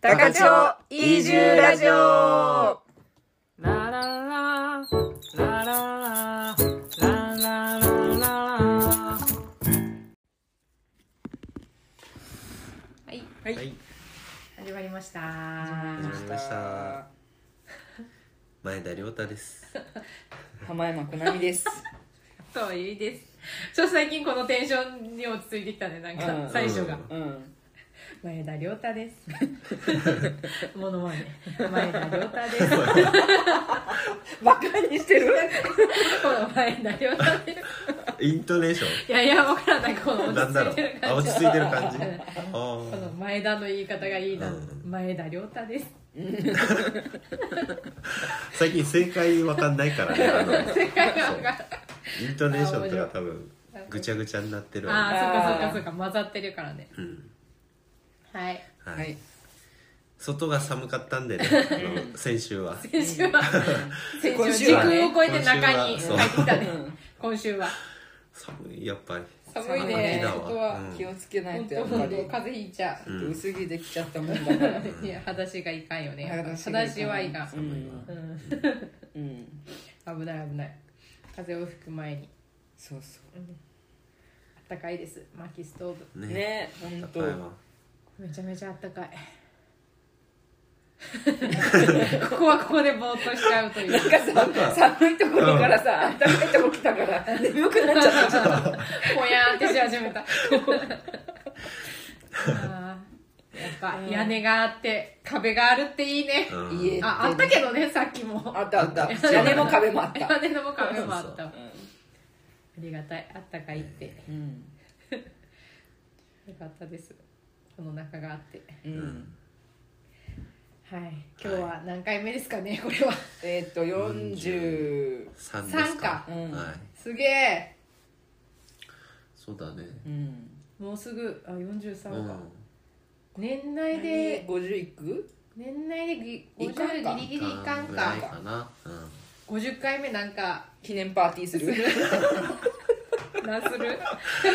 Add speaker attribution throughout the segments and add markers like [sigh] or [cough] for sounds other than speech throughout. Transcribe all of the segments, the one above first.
Speaker 1: 高千穂移住ラジオ
Speaker 2: ララララララララララ
Speaker 1: はい
Speaker 2: はい、
Speaker 1: 始まりました
Speaker 2: まり
Speaker 3: 始まりました前田亮太です
Speaker 2: 浜山くなみです
Speaker 1: といいですちょっと最近このテンションに落ち着いてきたねなん
Speaker 2: う
Speaker 1: か
Speaker 2: ん
Speaker 1: 最初が、
Speaker 2: うん
Speaker 1: 前田亮太 [laughs] ですモノマネ前田亮太です
Speaker 2: バカにしてる
Speaker 1: この前田亮太です
Speaker 3: イントネーショ
Speaker 1: いやいやわからないこの [laughs]
Speaker 3: ン
Speaker 1: 落
Speaker 3: な
Speaker 1: ち
Speaker 3: んだ
Speaker 1: 着
Speaker 3: ろ
Speaker 1: いうてる
Speaker 3: あ
Speaker 1: 感
Speaker 3: 落ち
Speaker 1: じ
Speaker 3: 着いてる感じ
Speaker 1: う
Speaker 3: あ
Speaker 1: んこの
Speaker 3: ー
Speaker 1: 前田の言い方がいいな、
Speaker 3: うん
Speaker 1: 前田亮太です
Speaker 3: 最近正解わかんないからねあの
Speaker 1: 世界観が
Speaker 3: イントネーションとか多分ぐちゃぐちゃになってるわ、ね
Speaker 1: ああそっかそっかそっか混ざってるからね
Speaker 3: うん
Speaker 1: はい
Speaker 3: は
Speaker 2: はいい、
Speaker 3: 外が寒かったんでねあの先週は
Speaker 1: 先週は先
Speaker 2: 今
Speaker 1: 週
Speaker 2: 週はね
Speaker 1: 時空を超えて中
Speaker 3: 今
Speaker 1: に
Speaker 3: 週はそう
Speaker 1: 入ったね
Speaker 2: うん
Speaker 1: 今週は
Speaker 3: 寒いやっぱり
Speaker 2: 寒いね
Speaker 3: 寒いな
Speaker 2: 外は気をつけない
Speaker 1: 本
Speaker 2: と
Speaker 1: 当
Speaker 2: やっ
Speaker 1: 本
Speaker 2: ぱ
Speaker 1: 当
Speaker 2: り
Speaker 1: 風邪ひいちゃう
Speaker 3: うん
Speaker 2: 薄着できちゃったもんだから
Speaker 1: [laughs] いや裸足がいかんよね
Speaker 2: 裸足がい
Speaker 1: 裸
Speaker 2: かん
Speaker 1: 足はいかん
Speaker 3: 寒いわ、
Speaker 1: う
Speaker 2: うん
Speaker 1: ん危ない危ない風邪を吹く前に
Speaker 2: そうそ
Speaker 1: あったかいです薪ストーブ
Speaker 2: う
Speaker 3: ね
Speaker 2: ね
Speaker 3: や
Speaker 2: 本
Speaker 3: っぱ
Speaker 2: 当
Speaker 3: りわ
Speaker 1: めちゃめちゃあったかい [laughs] ここはここでぼーっとしちゃう
Speaker 2: [laughs]
Speaker 1: という
Speaker 2: なんかさ寒いところからさあったかいところ来たから眠くなっちゃった
Speaker 1: ぽやーってし
Speaker 2: [laughs]
Speaker 1: 始めたあーやっぱ屋根があって壁があるっていいね
Speaker 3: うん
Speaker 2: いいえ
Speaker 1: ああったけどねさっきも
Speaker 2: あったあ [laughs] った屋根も壁もあった
Speaker 1: [laughs] 屋根の壁もあったわ
Speaker 2: う
Speaker 1: あ
Speaker 2: ん
Speaker 1: りがたいあったかいってよ
Speaker 2: うん
Speaker 1: かったですこの中があって
Speaker 2: うん
Speaker 1: はい今日は何回目ですかねこれは
Speaker 2: えっと40
Speaker 3: 3ですか
Speaker 1: 三か
Speaker 2: うん
Speaker 3: はい
Speaker 1: すげえ
Speaker 3: そうだね
Speaker 2: うん
Speaker 1: もうすぐあ
Speaker 3: う
Speaker 1: 43
Speaker 3: ん
Speaker 1: か、年
Speaker 2: で
Speaker 1: 内で
Speaker 2: 50いく
Speaker 1: 年内でぎ
Speaker 2: いかんか
Speaker 1: 50ギリギリいかん
Speaker 3: ぐらい
Speaker 1: か
Speaker 3: かなうん
Speaker 1: 50回目なんか
Speaker 2: 記念パーティーする
Speaker 1: なんす [laughs] るでも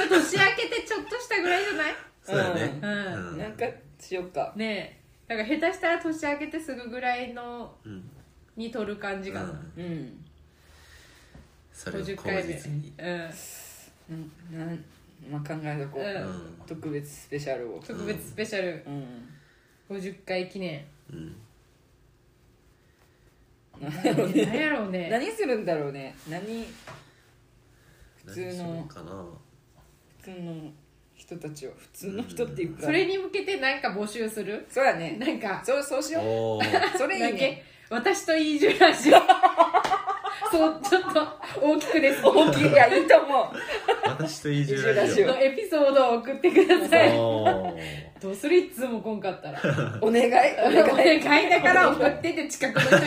Speaker 1: 年明けてちょっとしたぐらいじゃ
Speaker 3: そうだね、
Speaker 1: ないうん
Speaker 3: う
Speaker 2: [laughs]
Speaker 3: ん
Speaker 2: なんかしようか
Speaker 1: ねえだから下手したら年明けてすぐぐらいの
Speaker 3: うん
Speaker 1: に撮る感じかな、
Speaker 3: うん
Speaker 2: うん
Speaker 3: それを
Speaker 1: 50
Speaker 3: 口
Speaker 1: 回目
Speaker 3: 実に
Speaker 1: うん
Speaker 2: うんなんまあ考えとこ
Speaker 1: う
Speaker 3: う
Speaker 2: うん特別スペシャルを
Speaker 1: 特別スペシャル
Speaker 2: うん
Speaker 1: 50回記念
Speaker 3: うん
Speaker 1: 何やろうね
Speaker 2: [laughs] 何するんだろうね何普通の
Speaker 3: 何するかな
Speaker 2: 普通の人たちを普通の人っていうか
Speaker 1: それに向けて何か募集する
Speaker 2: そうやね
Speaker 1: なんか
Speaker 2: そうそうし [laughs] よ
Speaker 3: おお
Speaker 2: うそれいい
Speaker 1: だけ
Speaker 2: ね
Speaker 1: 私とイージュラジオそうちょっと大きくです
Speaker 2: 大きいいやいいと思
Speaker 3: 私と移住ラ
Speaker 2: 移
Speaker 3: ジ
Speaker 2: 住
Speaker 1: のエピソードを送ってください
Speaker 3: オお
Speaker 1: どうするいつもこんかったら
Speaker 2: うお願い
Speaker 1: お
Speaker 2: お願
Speaker 1: 願
Speaker 2: い
Speaker 1: いだから送ってて近くの人に、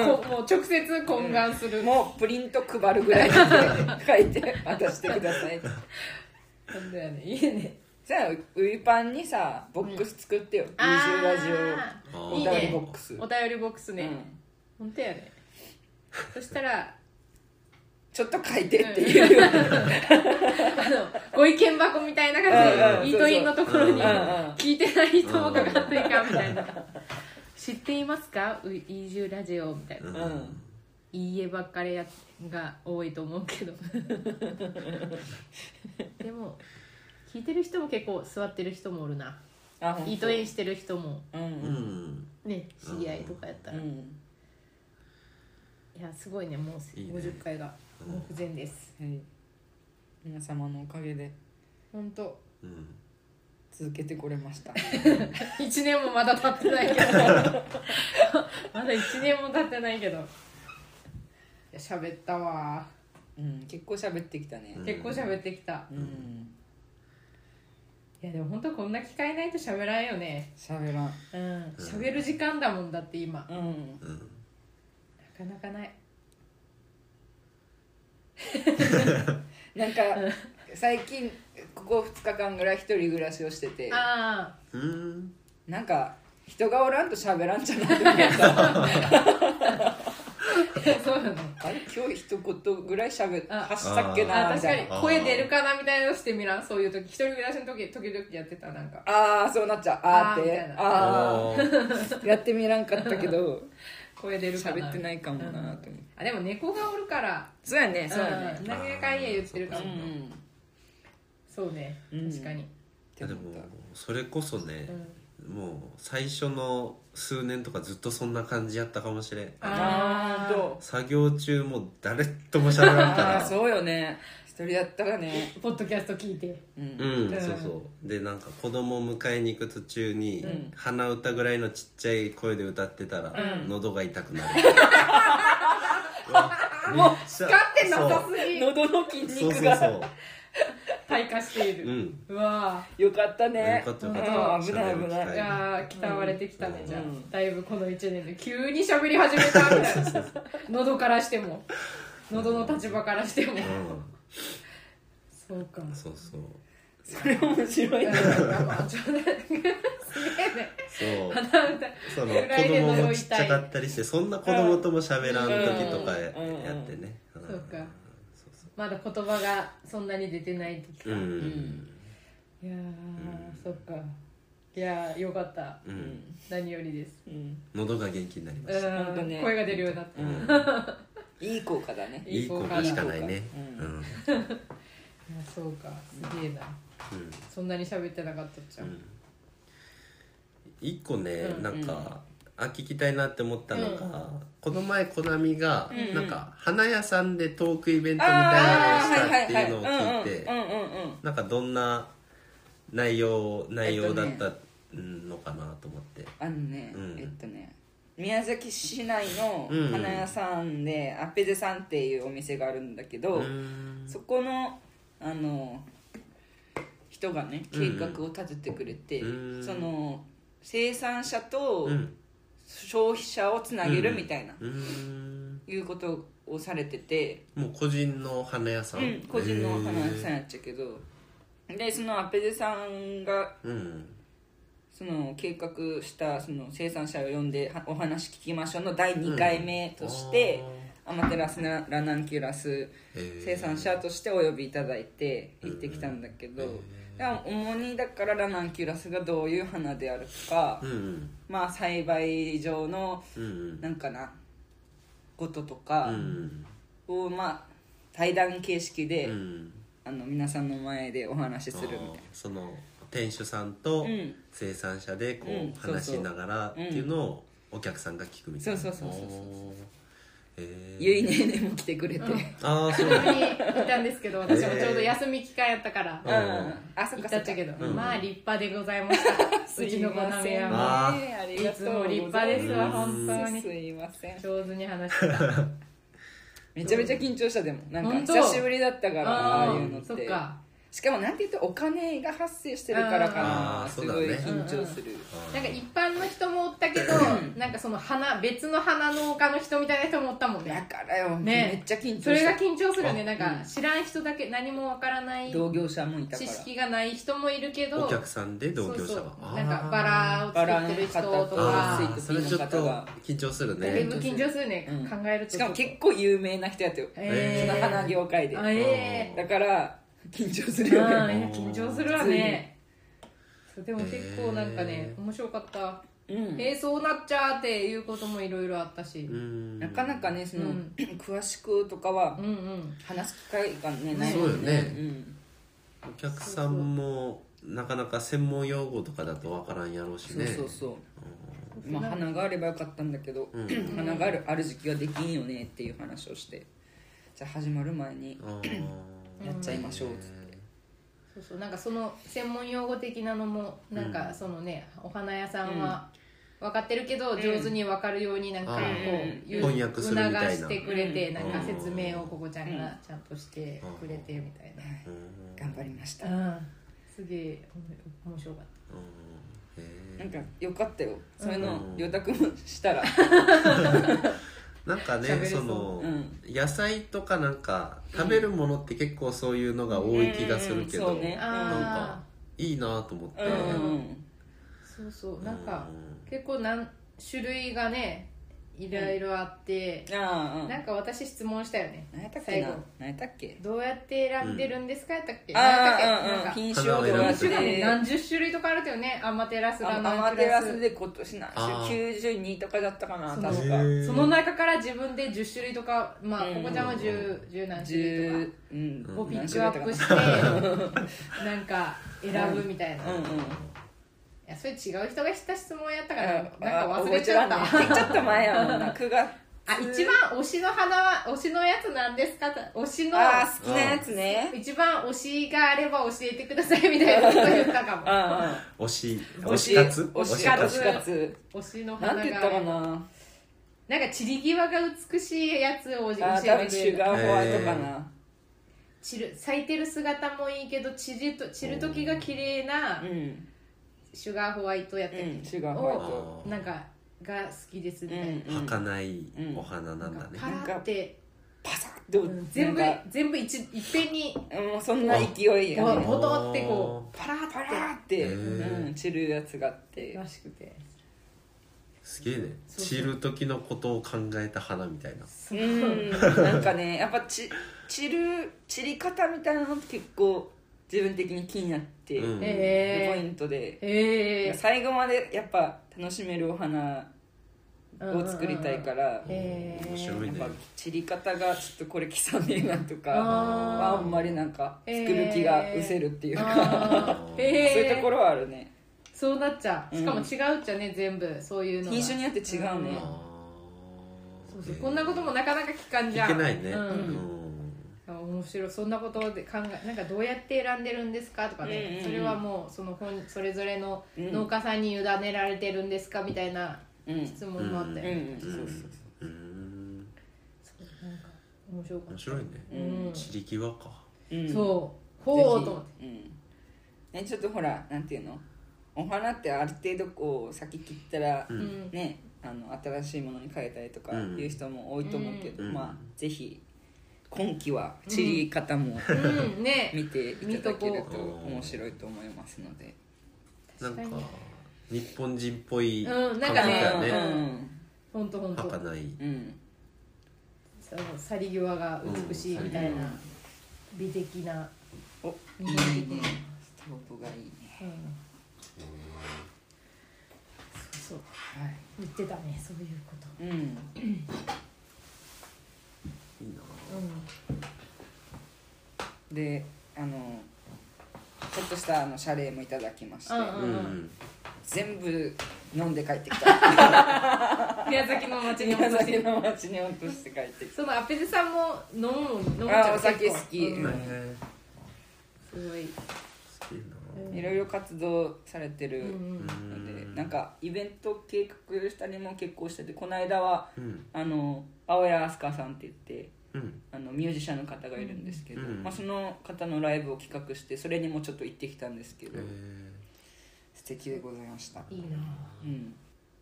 Speaker 2: うん
Speaker 1: こもう直接懇願する、
Speaker 2: もうプリント配るぐらいまで書いて渡してください
Speaker 1: なんだよねいいね
Speaker 2: じゃあウイパンにさボックス作ってよ「二重ラジ
Speaker 3: ー
Speaker 2: オ
Speaker 1: い
Speaker 2: お
Speaker 1: い
Speaker 2: 便りボ
Speaker 1: ね
Speaker 2: ックス」
Speaker 1: お便りボックスね、
Speaker 2: うん
Speaker 1: 本当やねそしたら
Speaker 2: ちょっと書いてっていうような
Speaker 1: あのご意見箱みたいな感じ
Speaker 2: うんうん
Speaker 1: でイートインのところに
Speaker 3: うん
Speaker 2: うん
Speaker 1: 聞いてない人もかかっていかんみたいな知っていますかうイージュラジオみたいな
Speaker 3: うん
Speaker 2: うん
Speaker 1: いいえばっかりやが多いと思う
Speaker 2: [laughs]
Speaker 1: けどでも聞いてる人も結構座ってる人もおるな
Speaker 2: あほんと
Speaker 1: イートインしてる人も
Speaker 2: うん
Speaker 3: う
Speaker 2: うん
Speaker 3: ん
Speaker 1: ね知り合いとかやった
Speaker 2: う
Speaker 1: ら、い
Speaker 2: ん
Speaker 1: やすごいねもう
Speaker 3: いいね
Speaker 1: 50回が目前です
Speaker 2: はい皆様のおかげで
Speaker 1: 本当
Speaker 3: うん
Speaker 2: 続けてこれました
Speaker 1: 1年もまだ経ってないけど
Speaker 2: [laughs]
Speaker 1: まだ1年も経ってないけどいや喋ったわ
Speaker 2: うん結構喋ってきたね
Speaker 3: うん
Speaker 1: 結構喋ってきた、
Speaker 2: うん
Speaker 1: いやでも本当こんな機会ないと喋らんよね
Speaker 2: 喋らん
Speaker 1: うん喋る時間だもんだって今
Speaker 2: うん
Speaker 3: うん
Speaker 1: なかなかない
Speaker 2: なんか最近ここ2日間ぐらい一人暮らしをしてて
Speaker 1: ああ
Speaker 3: うん
Speaker 2: [laughs] なんか人がおらんと喋らんじゃないと思った
Speaker 1: そうなの
Speaker 2: あれ今日一言ぐらい喋っ
Speaker 1: あ
Speaker 2: 発したっけな
Speaker 1: あ
Speaker 2: みた
Speaker 1: 確か
Speaker 2: い
Speaker 1: に
Speaker 2: な
Speaker 1: 声出るかなみたいなのしてみらんそういう時一人暮らしの時時々やってたなんか
Speaker 2: ああそうなっちゃうあーってあ
Speaker 3: あー
Speaker 2: ーやってみらんかったけ [laughs] ど
Speaker 1: 声出るかな
Speaker 2: 喋ってないかもなと思って
Speaker 1: あでも猫がおるから
Speaker 2: [laughs] そうやねそうや
Speaker 1: う
Speaker 2: ね
Speaker 1: ん何やかんや言ってるか
Speaker 2: う
Speaker 1: ら
Speaker 2: ん
Speaker 1: そうね
Speaker 2: うん
Speaker 1: 確かに
Speaker 3: でもそれこそね
Speaker 1: う、ん
Speaker 3: もう最初の数年とかずっとそんな感じやったかもしれん
Speaker 1: あ
Speaker 2: ああど
Speaker 3: 作業中もう誰とも喋
Speaker 2: う
Speaker 3: らんか
Speaker 2: ああ
Speaker 3: ら
Speaker 2: そうよね一人やったらね
Speaker 1: ポッドキャスト聞いて
Speaker 2: う
Speaker 3: うんん、
Speaker 1: うん
Speaker 3: そうそうでなんか子供を迎えに行く途中に、
Speaker 2: うん
Speaker 3: 鼻歌ぐらいのちっちゃい声で歌ってたら、
Speaker 1: うん
Speaker 3: 喉が痛くなるうわめっちゃ
Speaker 1: 使ってなさすぎ
Speaker 2: 喉の筋
Speaker 3: そうそう
Speaker 2: 肉
Speaker 3: そう
Speaker 2: が
Speaker 3: そ
Speaker 1: 退化していう
Speaker 3: う
Speaker 1: る
Speaker 3: ん
Speaker 1: うわ
Speaker 2: よかったね
Speaker 3: よかったよかった
Speaker 2: うん危ない危
Speaker 3: 喋る
Speaker 2: な
Speaker 1: ー
Speaker 2: い
Speaker 1: いやー鍛われてきたね
Speaker 3: うん
Speaker 1: じゃ
Speaker 2: うん
Speaker 1: あだいぶこの1年で急に喋り始めたみたい [laughs] な喉からしても喉の立場からしても
Speaker 3: う
Speaker 1: そうか
Speaker 3: んそうそう
Speaker 2: それ面白
Speaker 1: い
Speaker 2: い
Speaker 1: や
Speaker 2: ね
Speaker 1: なんかちょっとねすげえね
Speaker 3: そう
Speaker 1: 鼻歌
Speaker 3: その
Speaker 1: ぐらい
Speaker 3: 子
Speaker 1: で
Speaker 3: 供
Speaker 1: 喉
Speaker 3: もちっち
Speaker 1: 痛
Speaker 3: ゃ
Speaker 1: い
Speaker 3: かったりしてそんな子供とも喋らん時とかや
Speaker 2: うんうん
Speaker 3: やってね
Speaker 1: んそうか
Speaker 3: そうそ
Speaker 1: [laughs] まだ言葉がそんなに出てない時か
Speaker 3: うう
Speaker 1: い
Speaker 3: ん
Speaker 1: やーそっかいやーよかった
Speaker 3: う
Speaker 2: うんん
Speaker 1: 何よりです
Speaker 2: うん
Speaker 3: 喉が元気になりま
Speaker 1: う
Speaker 3: した
Speaker 2: ほんと
Speaker 1: ん
Speaker 2: ね
Speaker 1: 声が出るようになった
Speaker 3: うん
Speaker 2: いい効果だね
Speaker 1: い
Speaker 3: い
Speaker 1: い
Speaker 3: い
Speaker 1: 効
Speaker 3: 効
Speaker 1: 果
Speaker 3: 果しかないね
Speaker 2: う
Speaker 3: うんん
Speaker 1: いやそうかすげえな
Speaker 3: うん
Speaker 1: そんなに喋ってなかったじゃ
Speaker 3: うんん一個ね
Speaker 1: うん
Speaker 3: なんかあ聞きたいなって思ったのがこの前コナミがなんか花屋さんでトークイベントみたいなのをしたっていうのを聞いて
Speaker 2: うんうんうんうん
Speaker 3: なんかどんな内容内容だったのかなと思って、
Speaker 2: あのね、
Speaker 3: うん
Speaker 2: えっとね宮崎市内の花屋さんで、アペデさんっていうお店があるんだけど、
Speaker 3: うーん
Speaker 2: そこのあの人がね計画を立ててくれて、
Speaker 3: うん
Speaker 2: その生産者と
Speaker 3: うん
Speaker 2: 消費者をつなげるみたいな、
Speaker 3: うーん
Speaker 2: いうことをされてて、
Speaker 3: もう個人の花屋さん、
Speaker 2: うん個人の花屋さん
Speaker 3: へ
Speaker 2: やっちゃうけど、でそのアペデさんが
Speaker 3: ーうん
Speaker 2: その計画したその生産者を呼んではお話聞きましょうの第2回目として、アマテラスナラナンキュラス
Speaker 3: あー
Speaker 2: 生産者としてお呼びいただいて行ってきたんだけど、でも主にだからラナンキュラスがどういう花であるか、
Speaker 3: うんうん
Speaker 2: まあ栽培上の
Speaker 3: うんうん
Speaker 2: なんかなこととか
Speaker 3: うん
Speaker 2: を、まあ対談形式で、
Speaker 3: うん
Speaker 2: あの皆さんの前でお話しするみたいな
Speaker 3: あーその店主さんと
Speaker 2: うん
Speaker 3: 生産者でこ
Speaker 2: うん
Speaker 3: う話しながらっていうのをお客さんが聞くみたいな
Speaker 2: そうそうそうそうそう
Speaker 3: おーへー
Speaker 2: ゆいねーねも来てくれて、うん
Speaker 3: ああ
Speaker 2: [laughs]
Speaker 3: そう
Speaker 1: ここにいたんですけど私もちょうど休み期間やっ
Speaker 3: [laughs]
Speaker 1: たから
Speaker 3: えーうん
Speaker 2: あそっか
Speaker 1: 行っ
Speaker 2: そ
Speaker 1: た
Speaker 2: っ
Speaker 1: っち
Speaker 2: か
Speaker 1: ゃけど
Speaker 3: うん
Speaker 1: まあ立派でございまし
Speaker 2: [laughs]
Speaker 1: た
Speaker 2: す
Speaker 1: うち
Speaker 2: い
Speaker 1: の子
Speaker 2: ま
Speaker 1: なめ
Speaker 2: せん
Speaker 1: や
Speaker 2: ね
Speaker 1: も
Speaker 3: あ
Speaker 2: あり
Speaker 1: い
Speaker 2: が
Speaker 1: つ
Speaker 2: とう
Speaker 1: も立派ですわ本当
Speaker 2: す
Speaker 1: に
Speaker 2: いません
Speaker 1: 上手に話してた
Speaker 2: めちゃめちゃ緊張したでもなん
Speaker 1: 本当
Speaker 2: か久しぶりだったからああ
Speaker 1: あ
Speaker 2: いうのっ
Speaker 1: ーそってか
Speaker 2: しかもなんて言ってお金が発生してるからか
Speaker 3: あ
Speaker 2: な
Speaker 3: ー
Speaker 2: す
Speaker 3: そうだ
Speaker 2: ごい
Speaker 3: ね
Speaker 2: 緊張する
Speaker 3: あー
Speaker 1: なんか一般の人もおったけどなんかその花別の花農家の人みたいな人もおったもん
Speaker 2: だ
Speaker 1: ね
Speaker 2: からよ
Speaker 1: ね
Speaker 2: めっちゃ緊張
Speaker 1: それが
Speaker 2: した
Speaker 1: 緊張するね
Speaker 3: あ
Speaker 1: なんか知らん人だけ何もわからない
Speaker 2: 同業者もいたか
Speaker 1: 知
Speaker 2: ら
Speaker 1: 識がない人もいるけど
Speaker 3: お客さんで同業
Speaker 1: そう
Speaker 3: 者
Speaker 1: そう
Speaker 3: が
Speaker 1: なんかバ
Speaker 3: を
Speaker 1: ラを作ってる人と
Speaker 2: バラ
Speaker 1: か
Speaker 2: の
Speaker 3: あ
Speaker 2: 方
Speaker 3: ーそれちょっと緊張する
Speaker 1: だい
Speaker 3: ね
Speaker 1: ぶ緊張するね
Speaker 2: うん
Speaker 1: 考えると
Speaker 2: しかも結構有名な人やったよ
Speaker 1: え
Speaker 2: そ
Speaker 1: ー
Speaker 2: の花業界で
Speaker 1: あえ
Speaker 2: だから緊張する
Speaker 1: えー、
Speaker 2: よ
Speaker 1: あ
Speaker 2: ね
Speaker 1: ーいや緊張するわねそうでも結構なんかね、
Speaker 3: えー
Speaker 1: 面白かった
Speaker 2: うん
Speaker 1: えー、そうなっちゃーっていうこともいろいろあったし、
Speaker 3: うん
Speaker 2: なかなかねその
Speaker 1: うん
Speaker 2: [clears throat] 詳しくとかは
Speaker 1: うんうん
Speaker 2: 話す機会がねない
Speaker 3: そうよね
Speaker 2: うん
Speaker 3: お客さんもなかなか専門用語とかだとわからんやろうし
Speaker 2: そう
Speaker 3: ね
Speaker 2: そうそうまあ、花があればよかったんだけど、 [clears throat]
Speaker 3: うん
Speaker 2: 花があるある時期はできんよねっていう話をしてじゃあ始まる前に
Speaker 3: あー
Speaker 2: やっちゃいましょうっつっ
Speaker 1: そうそうなんかその専門用語的なのもなんかそのね、お花屋さんは分かってるけど、上手に分かるようになんかこ
Speaker 3: あ
Speaker 2: ー
Speaker 1: う、言う
Speaker 3: 翻訳するみたいな
Speaker 1: 促してくれて、
Speaker 2: うん
Speaker 1: なんか説明をここちゃんがちゃんとしてくれてみたいな、
Speaker 2: て
Speaker 3: うん
Speaker 2: 頑張りました、
Speaker 1: うん、すげえ面白かった
Speaker 3: うんへー
Speaker 2: なんかよかったよそういうの
Speaker 3: うん
Speaker 2: 良太君もしたら
Speaker 3: なんか
Speaker 1: 喋れ
Speaker 3: ね
Speaker 1: そう
Speaker 3: その、
Speaker 2: うん
Speaker 3: 野菜とかなんか食べるものって結構そういうのが多い気がするけど、
Speaker 2: うんうんそうね
Speaker 3: なん
Speaker 1: あ
Speaker 3: かいいなと思って、
Speaker 2: うんうん
Speaker 1: そうそうなんか
Speaker 3: うん
Speaker 1: 結構なん種類がねいろいろあって、
Speaker 2: ああうん
Speaker 1: なんか私質問したよね
Speaker 2: 何やったっけ
Speaker 1: 最
Speaker 2: な
Speaker 1: 後
Speaker 2: 何やったっけ
Speaker 1: どうやって選んでるんですかやったっけ、
Speaker 2: あ
Speaker 1: なんやったっけ
Speaker 2: あうん
Speaker 1: な
Speaker 2: うんん
Speaker 1: か
Speaker 2: 品種をどう
Speaker 3: 花を
Speaker 2: や
Speaker 1: 品
Speaker 2: って
Speaker 1: 種がね
Speaker 2: あ
Speaker 1: 何十種類とかあるけどねアマテラスが
Speaker 2: ア
Speaker 1: 何
Speaker 2: マ
Speaker 1: ク
Speaker 2: テ
Speaker 1: ラ
Speaker 2: ラ
Speaker 1: ス
Speaker 2: スで今年な
Speaker 3: あー
Speaker 2: 92とかだったかな
Speaker 1: そ
Speaker 2: 確
Speaker 1: の
Speaker 2: か
Speaker 1: その中から自分で10種類とかまあ
Speaker 2: うん
Speaker 1: ここちゃんは10十何種類と
Speaker 2: 10うん
Speaker 1: かをピックアップしてなんか選ぶみたいな、
Speaker 2: うん
Speaker 1: い
Speaker 2: うん
Speaker 1: やそれ違う人がした質問やったから
Speaker 2: あ
Speaker 1: なんか忘れちゃった
Speaker 2: あ覚えてらんねちょっと前やもんな9月
Speaker 1: あ一番推しの花は推しのやつなんですかと推しの
Speaker 2: あー好きなやつね
Speaker 1: 一番推しがあれば教えてくださいみたいなこと言ったかも
Speaker 2: あ
Speaker 3: 推し
Speaker 2: あ
Speaker 3: 推し活
Speaker 2: 推し
Speaker 1: 活
Speaker 2: 推し活
Speaker 1: 推しの花
Speaker 2: な
Speaker 1: が
Speaker 2: んて言ったかな
Speaker 1: なんか散り際が美しいやつを教
Speaker 2: あー多
Speaker 1: え
Speaker 2: 分
Speaker 1: てく
Speaker 2: シ
Speaker 1: れ
Speaker 2: ュ
Speaker 1: る
Speaker 2: ガーホワイトかな
Speaker 1: 散る咲いてる姿もいいけど散ると散る時が綺麗な
Speaker 2: うん
Speaker 1: シュガーホワイトやったっ
Speaker 2: うん
Speaker 1: け
Speaker 2: シュガーホワイト
Speaker 1: をなんかが好きですみ
Speaker 2: う
Speaker 1: たい
Speaker 2: んうん
Speaker 3: 儚いお花な
Speaker 1: なん
Speaker 3: だ
Speaker 1: なん
Speaker 3: ね
Speaker 1: かパラって
Speaker 2: パサッと
Speaker 1: うん全部
Speaker 2: なんか
Speaker 1: 全部いちいっぺんに
Speaker 2: もうそんな勢いや
Speaker 1: ボ
Speaker 2: ね
Speaker 1: ボトってこうパラッ
Speaker 2: パラーって、
Speaker 3: へー
Speaker 2: うん、散るやつがあって
Speaker 1: らしくて
Speaker 3: すげえね
Speaker 1: そうそう
Speaker 3: 散る時のことを考えた花みたいな
Speaker 2: うんなんかねやっぱち散る散り方みたいなのって結構自分的に気になって、
Speaker 3: うん
Speaker 1: へ
Speaker 2: ポイントで
Speaker 1: え、へえ
Speaker 2: 最後までやっぱ楽しめるお花を作りたいから、
Speaker 1: へえ
Speaker 3: 面白いね
Speaker 2: やっぱ散り方がちょっとこれ刻めえなとか
Speaker 1: あ
Speaker 2: あんまりなんか作る気が失せるっていうか、
Speaker 1: あ
Speaker 2: [laughs]
Speaker 1: ー
Speaker 2: そういうとこ
Speaker 1: へえ
Speaker 2: ろはあるね
Speaker 1: そうなっちゃ
Speaker 2: う
Speaker 1: う
Speaker 2: ん
Speaker 1: しかも違うっちゃね全部そういうのが
Speaker 2: 品種によって違うね、
Speaker 1: うんそうそうこんなことも
Speaker 3: い
Speaker 1: なかなか聞かんじゃん
Speaker 3: けないね
Speaker 1: う
Speaker 3: うんん
Speaker 1: 面白いそんなことで考えなんかどうやって選んでるんですかとか
Speaker 2: うんうん
Speaker 1: ね
Speaker 2: うん
Speaker 1: それはもうその本それぞれの
Speaker 2: うん
Speaker 1: 農家さんに委ねられてるんですかみたいな
Speaker 2: うん、うん
Speaker 1: 質問もあったよね
Speaker 2: うんそうそうそう
Speaker 3: うん
Speaker 1: そうなんか面白かっ
Speaker 3: 面白いね
Speaker 1: たうん
Speaker 3: 散り際か
Speaker 2: うん
Speaker 1: そう
Speaker 2: ぜひ
Speaker 1: ほうと思って
Speaker 2: うんね、ちょっとほらなんていうのお花ってある程度こう先切ったら、
Speaker 1: うんん
Speaker 2: ねあの新しいものに変えたりとか
Speaker 3: うん
Speaker 2: いう人も多いと思うけど、
Speaker 3: うん
Speaker 2: まあぜひ今季は散り方
Speaker 1: [laughs]
Speaker 2: も
Speaker 1: うんね
Speaker 2: 見ていただける
Speaker 1: 見
Speaker 2: と
Speaker 3: とこう
Speaker 2: 面白いと思いますので、
Speaker 3: なん
Speaker 1: 確か
Speaker 3: か日本人っぽい
Speaker 1: うんな
Speaker 3: 感
Speaker 1: んか
Speaker 3: じ
Speaker 1: ね
Speaker 3: だよ
Speaker 2: う
Speaker 3: ね
Speaker 2: ん
Speaker 1: ほんとほんと
Speaker 3: 儚い
Speaker 2: うん
Speaker 1: その去り際が美しいみたいな美的な
Speaker 2: お
Speaker 1: う
Speaker 2: い
Speaker 1: ん
Speaker 2: いねストーブがいいね
Speaker 1: うんそうそう
Speaker 2: は
Speaker 1: 言ってたねそういうこと
Speaker 2: い、うん、
Speaker 3: いいな
Speaker 1: う
Speaker 2: であのちょっとしたあの謝礼もいただきまして、
Speaker 1: うんうん
Speaker 3: うん
Speaker 2: 全部飲んで帰ってきた
Speaker 1: ん宮崎の町に
Speaker 2: 宮
Speaker 1: 戻し
Speaker 2: 崎
Speaker 1: て
Speaker 2: の町に落として帰ってき
Speaker 1: そのアペジさんも飲む飲む
Speaker 2: あーお酒好き
Speaker 1: うん
Speaker 2: うん
Speaker 3: ね
Speaker 1: すごい
Speaker 3: 好きな
Speaker 1: うん
Speaker 2: たいろいろ活動されて
Speaker 1: う
Speaker 2: る
Speaker 1: んうん
Speaker 2: ので、
Speaker 3: うん
Speaker 2: なんかイベント計画したりも結構しててこの間は
Speaker 3: うん
Speaker 2: あの青谷飛鳥さんって言って
Speaker 3: うん
Speaker 2: あのミュージシャンの方がいるんですけど、
Speaker 3: うん
Speaker 2: まあ、その方のライブを企画してそれにもちょっと行ってきたんですけど、
Speaker 3: え
Speaker 2: 素敵でございました
Speaker 1: いいな
Speaker 2: うん、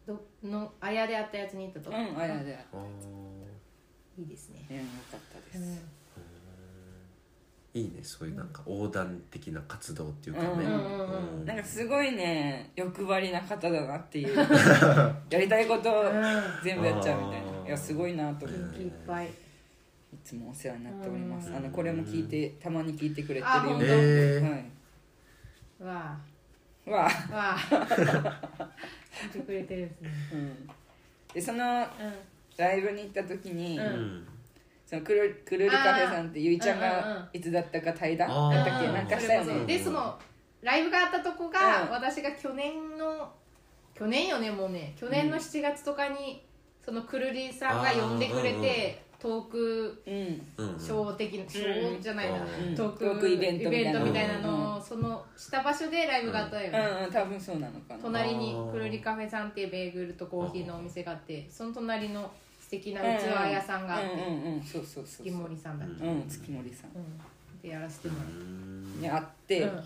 Speaker 1: どのあやであったやつに行ったと
Speaker 2: うん、あやでや
Speaker 3: ーあ
Speaker 1: いいですね
Speaker 2: よかった
Speaker 1: う
Speaker 2: です、
Speaker 1: ん
Speaker 3: ーいいねそういうなんか横断的な活動っていうかね
Speaker 2: うん
Speaker 1: うんうん
Speaker 2: なんかすごいね欲張りな方だなっていう
Speaker 3: [laughs]
Speaker 2: やりたいこと全部やっちゃうみたい
Speaker 3: あ
Speaker 2: な
Speaker 3: ー
Speaker 2: いやすごいなと思って
Speaker 1: 元気いっぱい
Speaker 2: いつもお世話になっております。
Speaker 1: うん
Speaker 2: あのこれも聞いてたまに聞いてくれてる
Speaker 1: あ
Speaker 2: よ
Speaker 1: 本
Speaker 2: う
Speaker 1: 当
Speaker 2: な。
Speaker 3: えー
Speaker 1: わ
Speaker 2: はい。わあ、
Speaker 1: あ [laughs] わあ聞いてくれてるんですね
Speaker 2: うん。でそのライブに行った時に、
Speaker 1: う
Speaker 3: うん
Speaker 2: そのくるくるりカフェさんってゆいちゃん
Speaker 1: うんうんうん
Speaker 2: がいつだったか対談
Speaker 3: あー
Speaker 2: だったっけ
Speaker 1: うん
Speaker 2: なんかしたよ
Speaker 1: それこそ
Speaker 2: ね。
Speaker 1: でそのライブがあったとこが、
Speaker 2: うん
Speaker 1: 私が去年の去年よねもうね去年の7月とかに、そのくるりさんが呼んでくれて、トーク
Speaker 2: うん。
Speaker 3: うん
Speaker 1: ショー的な、ショーじゃないな、
Speaker 3: うん
Speaker 1: トーク
Speaker 2: トークイベントみたいな
Speaker 1: イベントみたいなのを、そのした場所でライブがあったよ
Speaker 2: う
Speaker 1: ね、
Speaker 2: んうん多分そうなのかな。
Speaker 1: 隣にくるりカフェさんっていうベーグルとコーヒーのお店があってその隣の素敵な器屋さんがあって、
Speaker 2: うんうんうんそうそうそうそう。
Speaker 1: 月森さんだっけ、
Speaker 3: う
Speaker 2: うん月森さん
Speaker 1: うん、でやらせてもら
Speaker 3: う
Speaker 1: っ、
Speaker 3: ん
Speaker 2: に会ってて、
Speaker 1: うん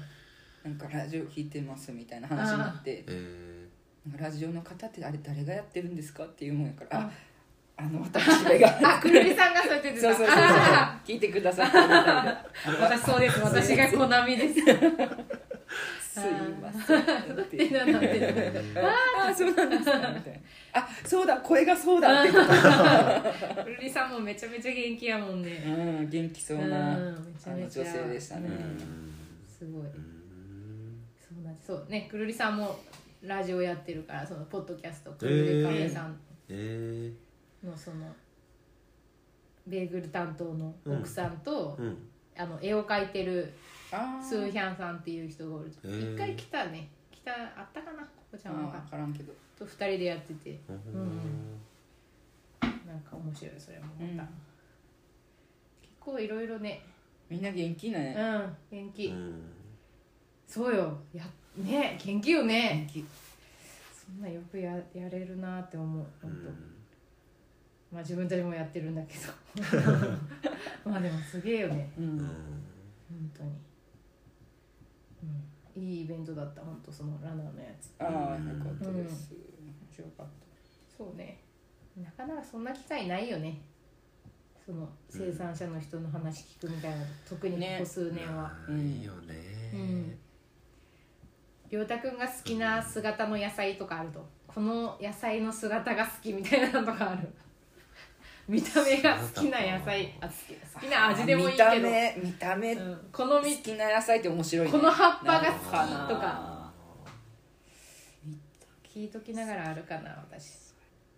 Speaker 2: なんかラジオ聞いてますみたいな話になって。
Speaker 3: え
Speaker 2: ラジオの方ってあれ誰がやってるんですかっていうもんやから、ああの私が
Speaker 1: [laughs] あくるりさんがそうやって言って
Speaker 2: そう
Speaker 1: た
Speaker 2: そうそうそう
Speaker 1: [laughs] あ
Speaker 2: 聞いてくださったみたいで
Speaker 1: ー私そうです私がコナミです
Speaker 2: すいませんって言って
Speaker 1: なんだ [laughs] ってる
Speaker 2: ああ [laughs] そうなんですかみたいなあそうだ声がそうだってこと
Speaker 1: ルリさんもめちゃめちゃ元気やもんね
Speaker 2: うん元気そうなあ
Speaker 1: う
Speaker 2: の
Speaker 1: んめちゃ
Speaker 2: 女
Speaker 1: めち
Speaker 2: 性
Speaker 1: ゃ
Speaker 2: でしたね
Speaker 1: すごいそうなんですそうねくるりさんもラジオやってるからそのポッドキャストくるりカフェさん
Speaker 3: え
Speaker 1: のそのベーグル担当の奥さんと、
Speaker 3: ー、うん
Speaker 1: あの絵を描いてる
Speaker 2: あ
Speaker 1: スーヒャンさんっていう人がおる
Speaker 3: へー
Speaker 1: 一回来たね来たあったかなこちゃんは
Speaker 2: 分からんけど
Speaker 1: と二人でやってて
Speaker 3: うん
Speaker 1: なんか面白いそれもまた、
Speaker 2: うん
Speaker 1: 結構いろいろね
Speaker 2: みんな元気
Speaker 1: うん
Speaker 2: ね
Speaker 1: 元気、
Speaker 3: うん
Speaker 1: そうよやね元気よ
Speaker 2: 元
Speaker 1: ね
Speaker 2: 気
Speaker 1: そんなよくややれるなって思う
Speaker 3: う
Speaker 1: 本当、
Speaker 3: ん
Speaker 1: まあ自分たちもやってるんだけど
Speaker 2: [laughs]
Speaker 1: まあでもすげえよね
Speaker 2: う
Speaker 3: うんん
Speaker 1: 本当に、うん、いいイベントだった本当そのラナーのやつ
Speaker 2: ああよかったです面白かっ
Speaker 1: そうねなかなかそんな機会ないよねその生産者の人の話聞くみたいな、特にここ数年は、
Speaker 3: ないよね、
Speaker 1: うんりょうたくんが好きな姿の野菜とかあるとこの野菜の姿が好きみたいなのとかある [laughs] 見た目が好きな野菜あ好き
Speaker 2: た
Speaker 1: 好きな味でもいいけど
Speaker 2: あ見た目見た目
Speaker 1: う
Speaker 2: 好
Speaker 1: ん、このみ
Speaker 2: きな野菜って面白いね
Speaker 1: この葉っぱが好き
Speaker 2: なるほど
Speaker 1: とか聞いときながらあるかな私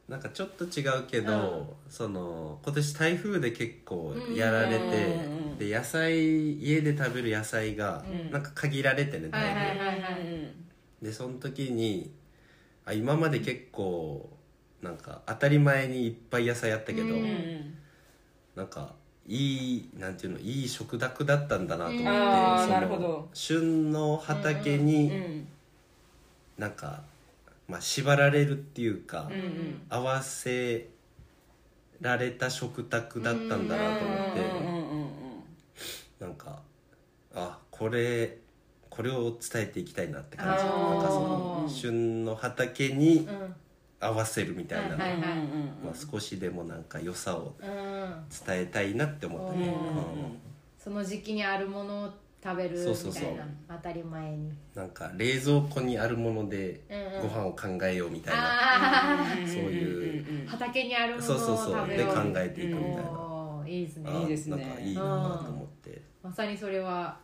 Speaker 3: なんかちょっと違うけど、その今年台風で結構やられて、
Speaker 2: うんうんうん
Speaker 3: で野菜家で食べる野菜が
Speaker 2: うん
Speaker 3: なんか限られてね、だいぶ
Speaker 1: はいはい
Speaker 3: でその時にあ今まで結構なんか当たり前にいっぱい野菜あったけど、
Speaker 1: う
Speaker 2: うん
Speaker 1: ん
Speaker 3: なんかいいなんていうのいい食卓だったんだなと思って、
Speaker 1: うん
Speaker 2: あー
Speaker 3: その
Speaker 2: なるほど
Speaker 3: 旬の畑に、
Speaker 2: うんうん
Speaker 3: なんか、まあ、縛られるっていうか、
Speaker 2: うんうん
Speaker 3: 合わせられた食卓だったんだなと思って、
Speaker 2: うんうんうん
Speaker 3: なんかあこれこれを伝えていきたいなって感じ
Speaker 1: あー
Speaker 3: なんかその旬の畑に
Speaker 1: うんうん
Speaker 3: 合わせるみたいな、
Speaker 1: はいはい
Speaker 2: うんうん
Speaker 3: まあ、少しでもなんか良さを
Speaker 1: うん
Speaker 3: 伝えたいなって思ったね、
Speaker 1: うん
Speaker 3: うん
Speaker 1: その時期にあるものを食べるみたいな
Speaker 3: そうそうそう
Speaker 1: 当たり前に
Speaker 3: なんか冷蔵庫にあるもので
Speaker 1: う
Speaker 3: ご
Speaker 1: んうん
Speaker 3: 飯を考えようみたいな、
Speaker 1: あ
Speaker 3: そういう
Speaker 1: あ畑にあるもの
Speaker 3: そう
Speaker 1: を
Speaker 3: そうそう
Speaker 1: 食べ
Speaker 3: で
Speaker 1: よう
Speaker 3: 考えていくみたいな、
Speaker 1: おーいいです
Speaker 3: あ
Speaker 1: ね
Speaker 3: ー
Speaker 2: いいですね
Speaker 3: なんかいいなと思って、
Speaker 1: まさにそれは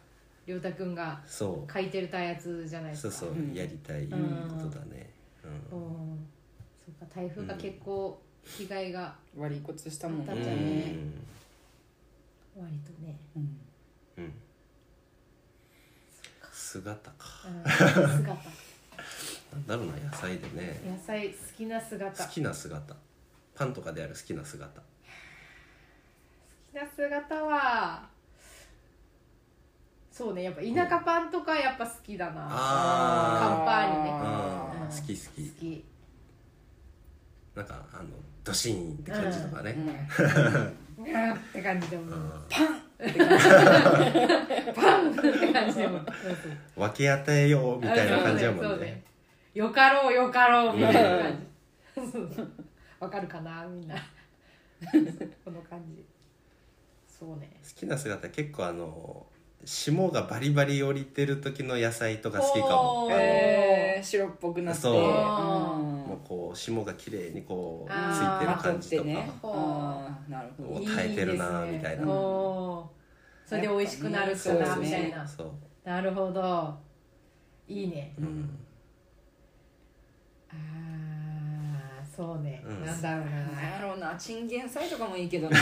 Speaker 1: りょうたくんが
Speaker 3: そう
Speaker 1: 書いてるたやつじゃないで
Speaker 3: そ
Speaker 1: す
Speaker 3: う
Speaker 1: か
Speaker 3: そう、
Speaker 2: ん
Speaker 3: やりたいことだね、うん
Speaker 1: おーそうか台風が結構被害が
Speaker 2: 悪いことしたもん
Speaker 1: だった
Speaker 3: う
Speaker 1: ね
Speaker 2: ね
Speaker 3: ん
Speaker 1: 割とね、
Speaker 2: うん
Speaker 3: うん姿か
Speaker 1: うん、姿
Speaker 3: なんだろうな野菜でね
Speaker 1: 野菜好きな姿
Speaker 3: 好
Speaker 1: 好
Speaker 3: きな姿パンとかである好きな姿
Speaker 1: きな姿はそうねやっぱ田舎パンとかやっぱ好きだなカ
Speaker 3: あ
Speaker 1: ン
Speaker 3: ー
Speaker 1: パ
Speaker 3: あー
Speaker 1: うん
Speaker 3: 好き好
Speaker 1: ーニ
Speaker 3: き
Speaker 1: 好き [laughs]
Speaker 3: なんかあのドシーンって感じとかね、
Speaker 1: うわーって感じでもパンって感じでもそうそう
Speaker 3: 分け与えようみたいな感じやもんね
Speaker 1: そうねよかろうよかろうみたいな感じそうわかるかなみんなこの感じそうね
Speaker 3: 好きな姿結構あの霜がバリバリ降りてる時の野菜とか好きかも
Speaker 1: おー
Speaker 2: えー白っぽくなって
Speaker 3: そう
Speaker 2: うん
Speaker 3: もうこう霜が綺麗にこうつ
Speaker 1: あ
Speaker 3: い
Speaker 1: ー
Speaker 3: てる感じとか、
Speaker 2: まとってね
Speaker 1: ほう
Speaker 2: あーなるほど
Speaker 3: お耐えてるなみたいな
Speaker 1: おおーそれで美味しくなるか
Speaker 2: そうで
Speaker 1: な
Speaker 2: すね
Speaker 1: みたいな、
Speaker 3: そう
Speaker 1: なるほどいいね
Speaker 3: うん
Speaker 1: あーそうね、
Speaker 3: うん
Speaker 1: なんだろう
Speaker 2: なんや
Speaker 1: な
Speaker 2: ろうなチンゲン菜とかもいいけど
Speaker 1: [laughs]
Speaker 2: な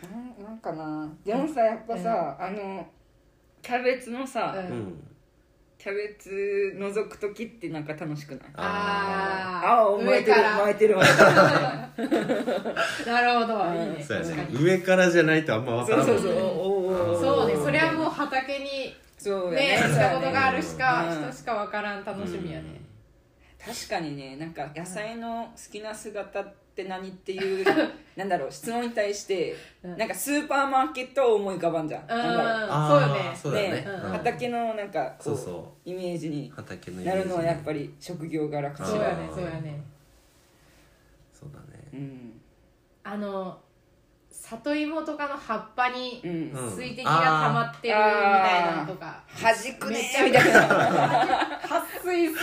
Speaker 2: うんなんかなでもさやっぱさ、あのキャベツのさ、
Speaker 1: うん
Speaker 3: うん
Speaker 2: キャベツ覗く時ってなんか楽しくない
Speaker 3: あ
Speaker 1: あ
Speaker 2: ああ
Speaker 1: ー
Speaker 2: 燃えてる
Speaker 1: 上から
Speaker 2: 燃えてる
Speaker 1: [laughs]
Speaker 2: 燃えてる
Speaker 1: なるほどいい
Speaker 3: ー
Speaker 1: ね
Speaker 3: そうやね
Speaker 1: 確かに
Speaker 3: 上からじゃないとあんま分か
Speaker 2: そう
Speaker 3: らん
Speaker 2: そう
Speaker 3: もん
Speaker 2: そ
Speaker 3: ね
Speaker 2: うおーおー
Speaker 1: そうねそれはもう畑に
Speaker 2: そうや
Speaker 1: ね
Speaker 2: ね
Speaker 1: 行
Speaker 2: そう
Speaker 1: った
Speaker 2: や
Speaker 1: こと
Speaker 2: ね
Speaker 1: があるしか、
Speaker 2: うん
Speaker 1: 人しかわからん楽しみやね、
Speaker 2: 確かにねなんか野菜の好きな姿って何って
Speaker 1: [laughs]
Speaker 2: いうなんだろう質問に対して、
Speaker 1: うん
Speaker 2: なんかスーパーマーケットを思い浮かばんじゃん、
Speaker 1: うん、
Speaker 2: なんだろう
Speaker 3: あー
Speaker 1: そうよ
Speaker 3: そ
Speaker 1: ね
Speaker 3: うだね
Speaker 2: ね
Speaker 3: うん
Speaker 2: 畑のなんかこう
Speaker 3: そうそ
Speaker 2: イメージに
Speaker 3: 畑のイメ
Speaker 2: な
Speaker 3: ージ
Speaker 2: るのはやっぱり職業柄か
Speaker 3: あ
Speaker 2: し
Speaker 3: ー
Speaker 1: そうや
Speaker 2: ら
Speaker 1: ねそうやね
Speaker 3: そうだね
Speaker 2: うん
Speaker 1: あの里芋とかの葉っぱに
Speaker 2: うん
Speaker 3: うん
Speaker 1: 水滴が溜まってるみたいなのとか、
Speaker 2: 弾くね
Speaker 1: めっちゃ
Speaker 2: みたいな
Speaker 1: 撥水性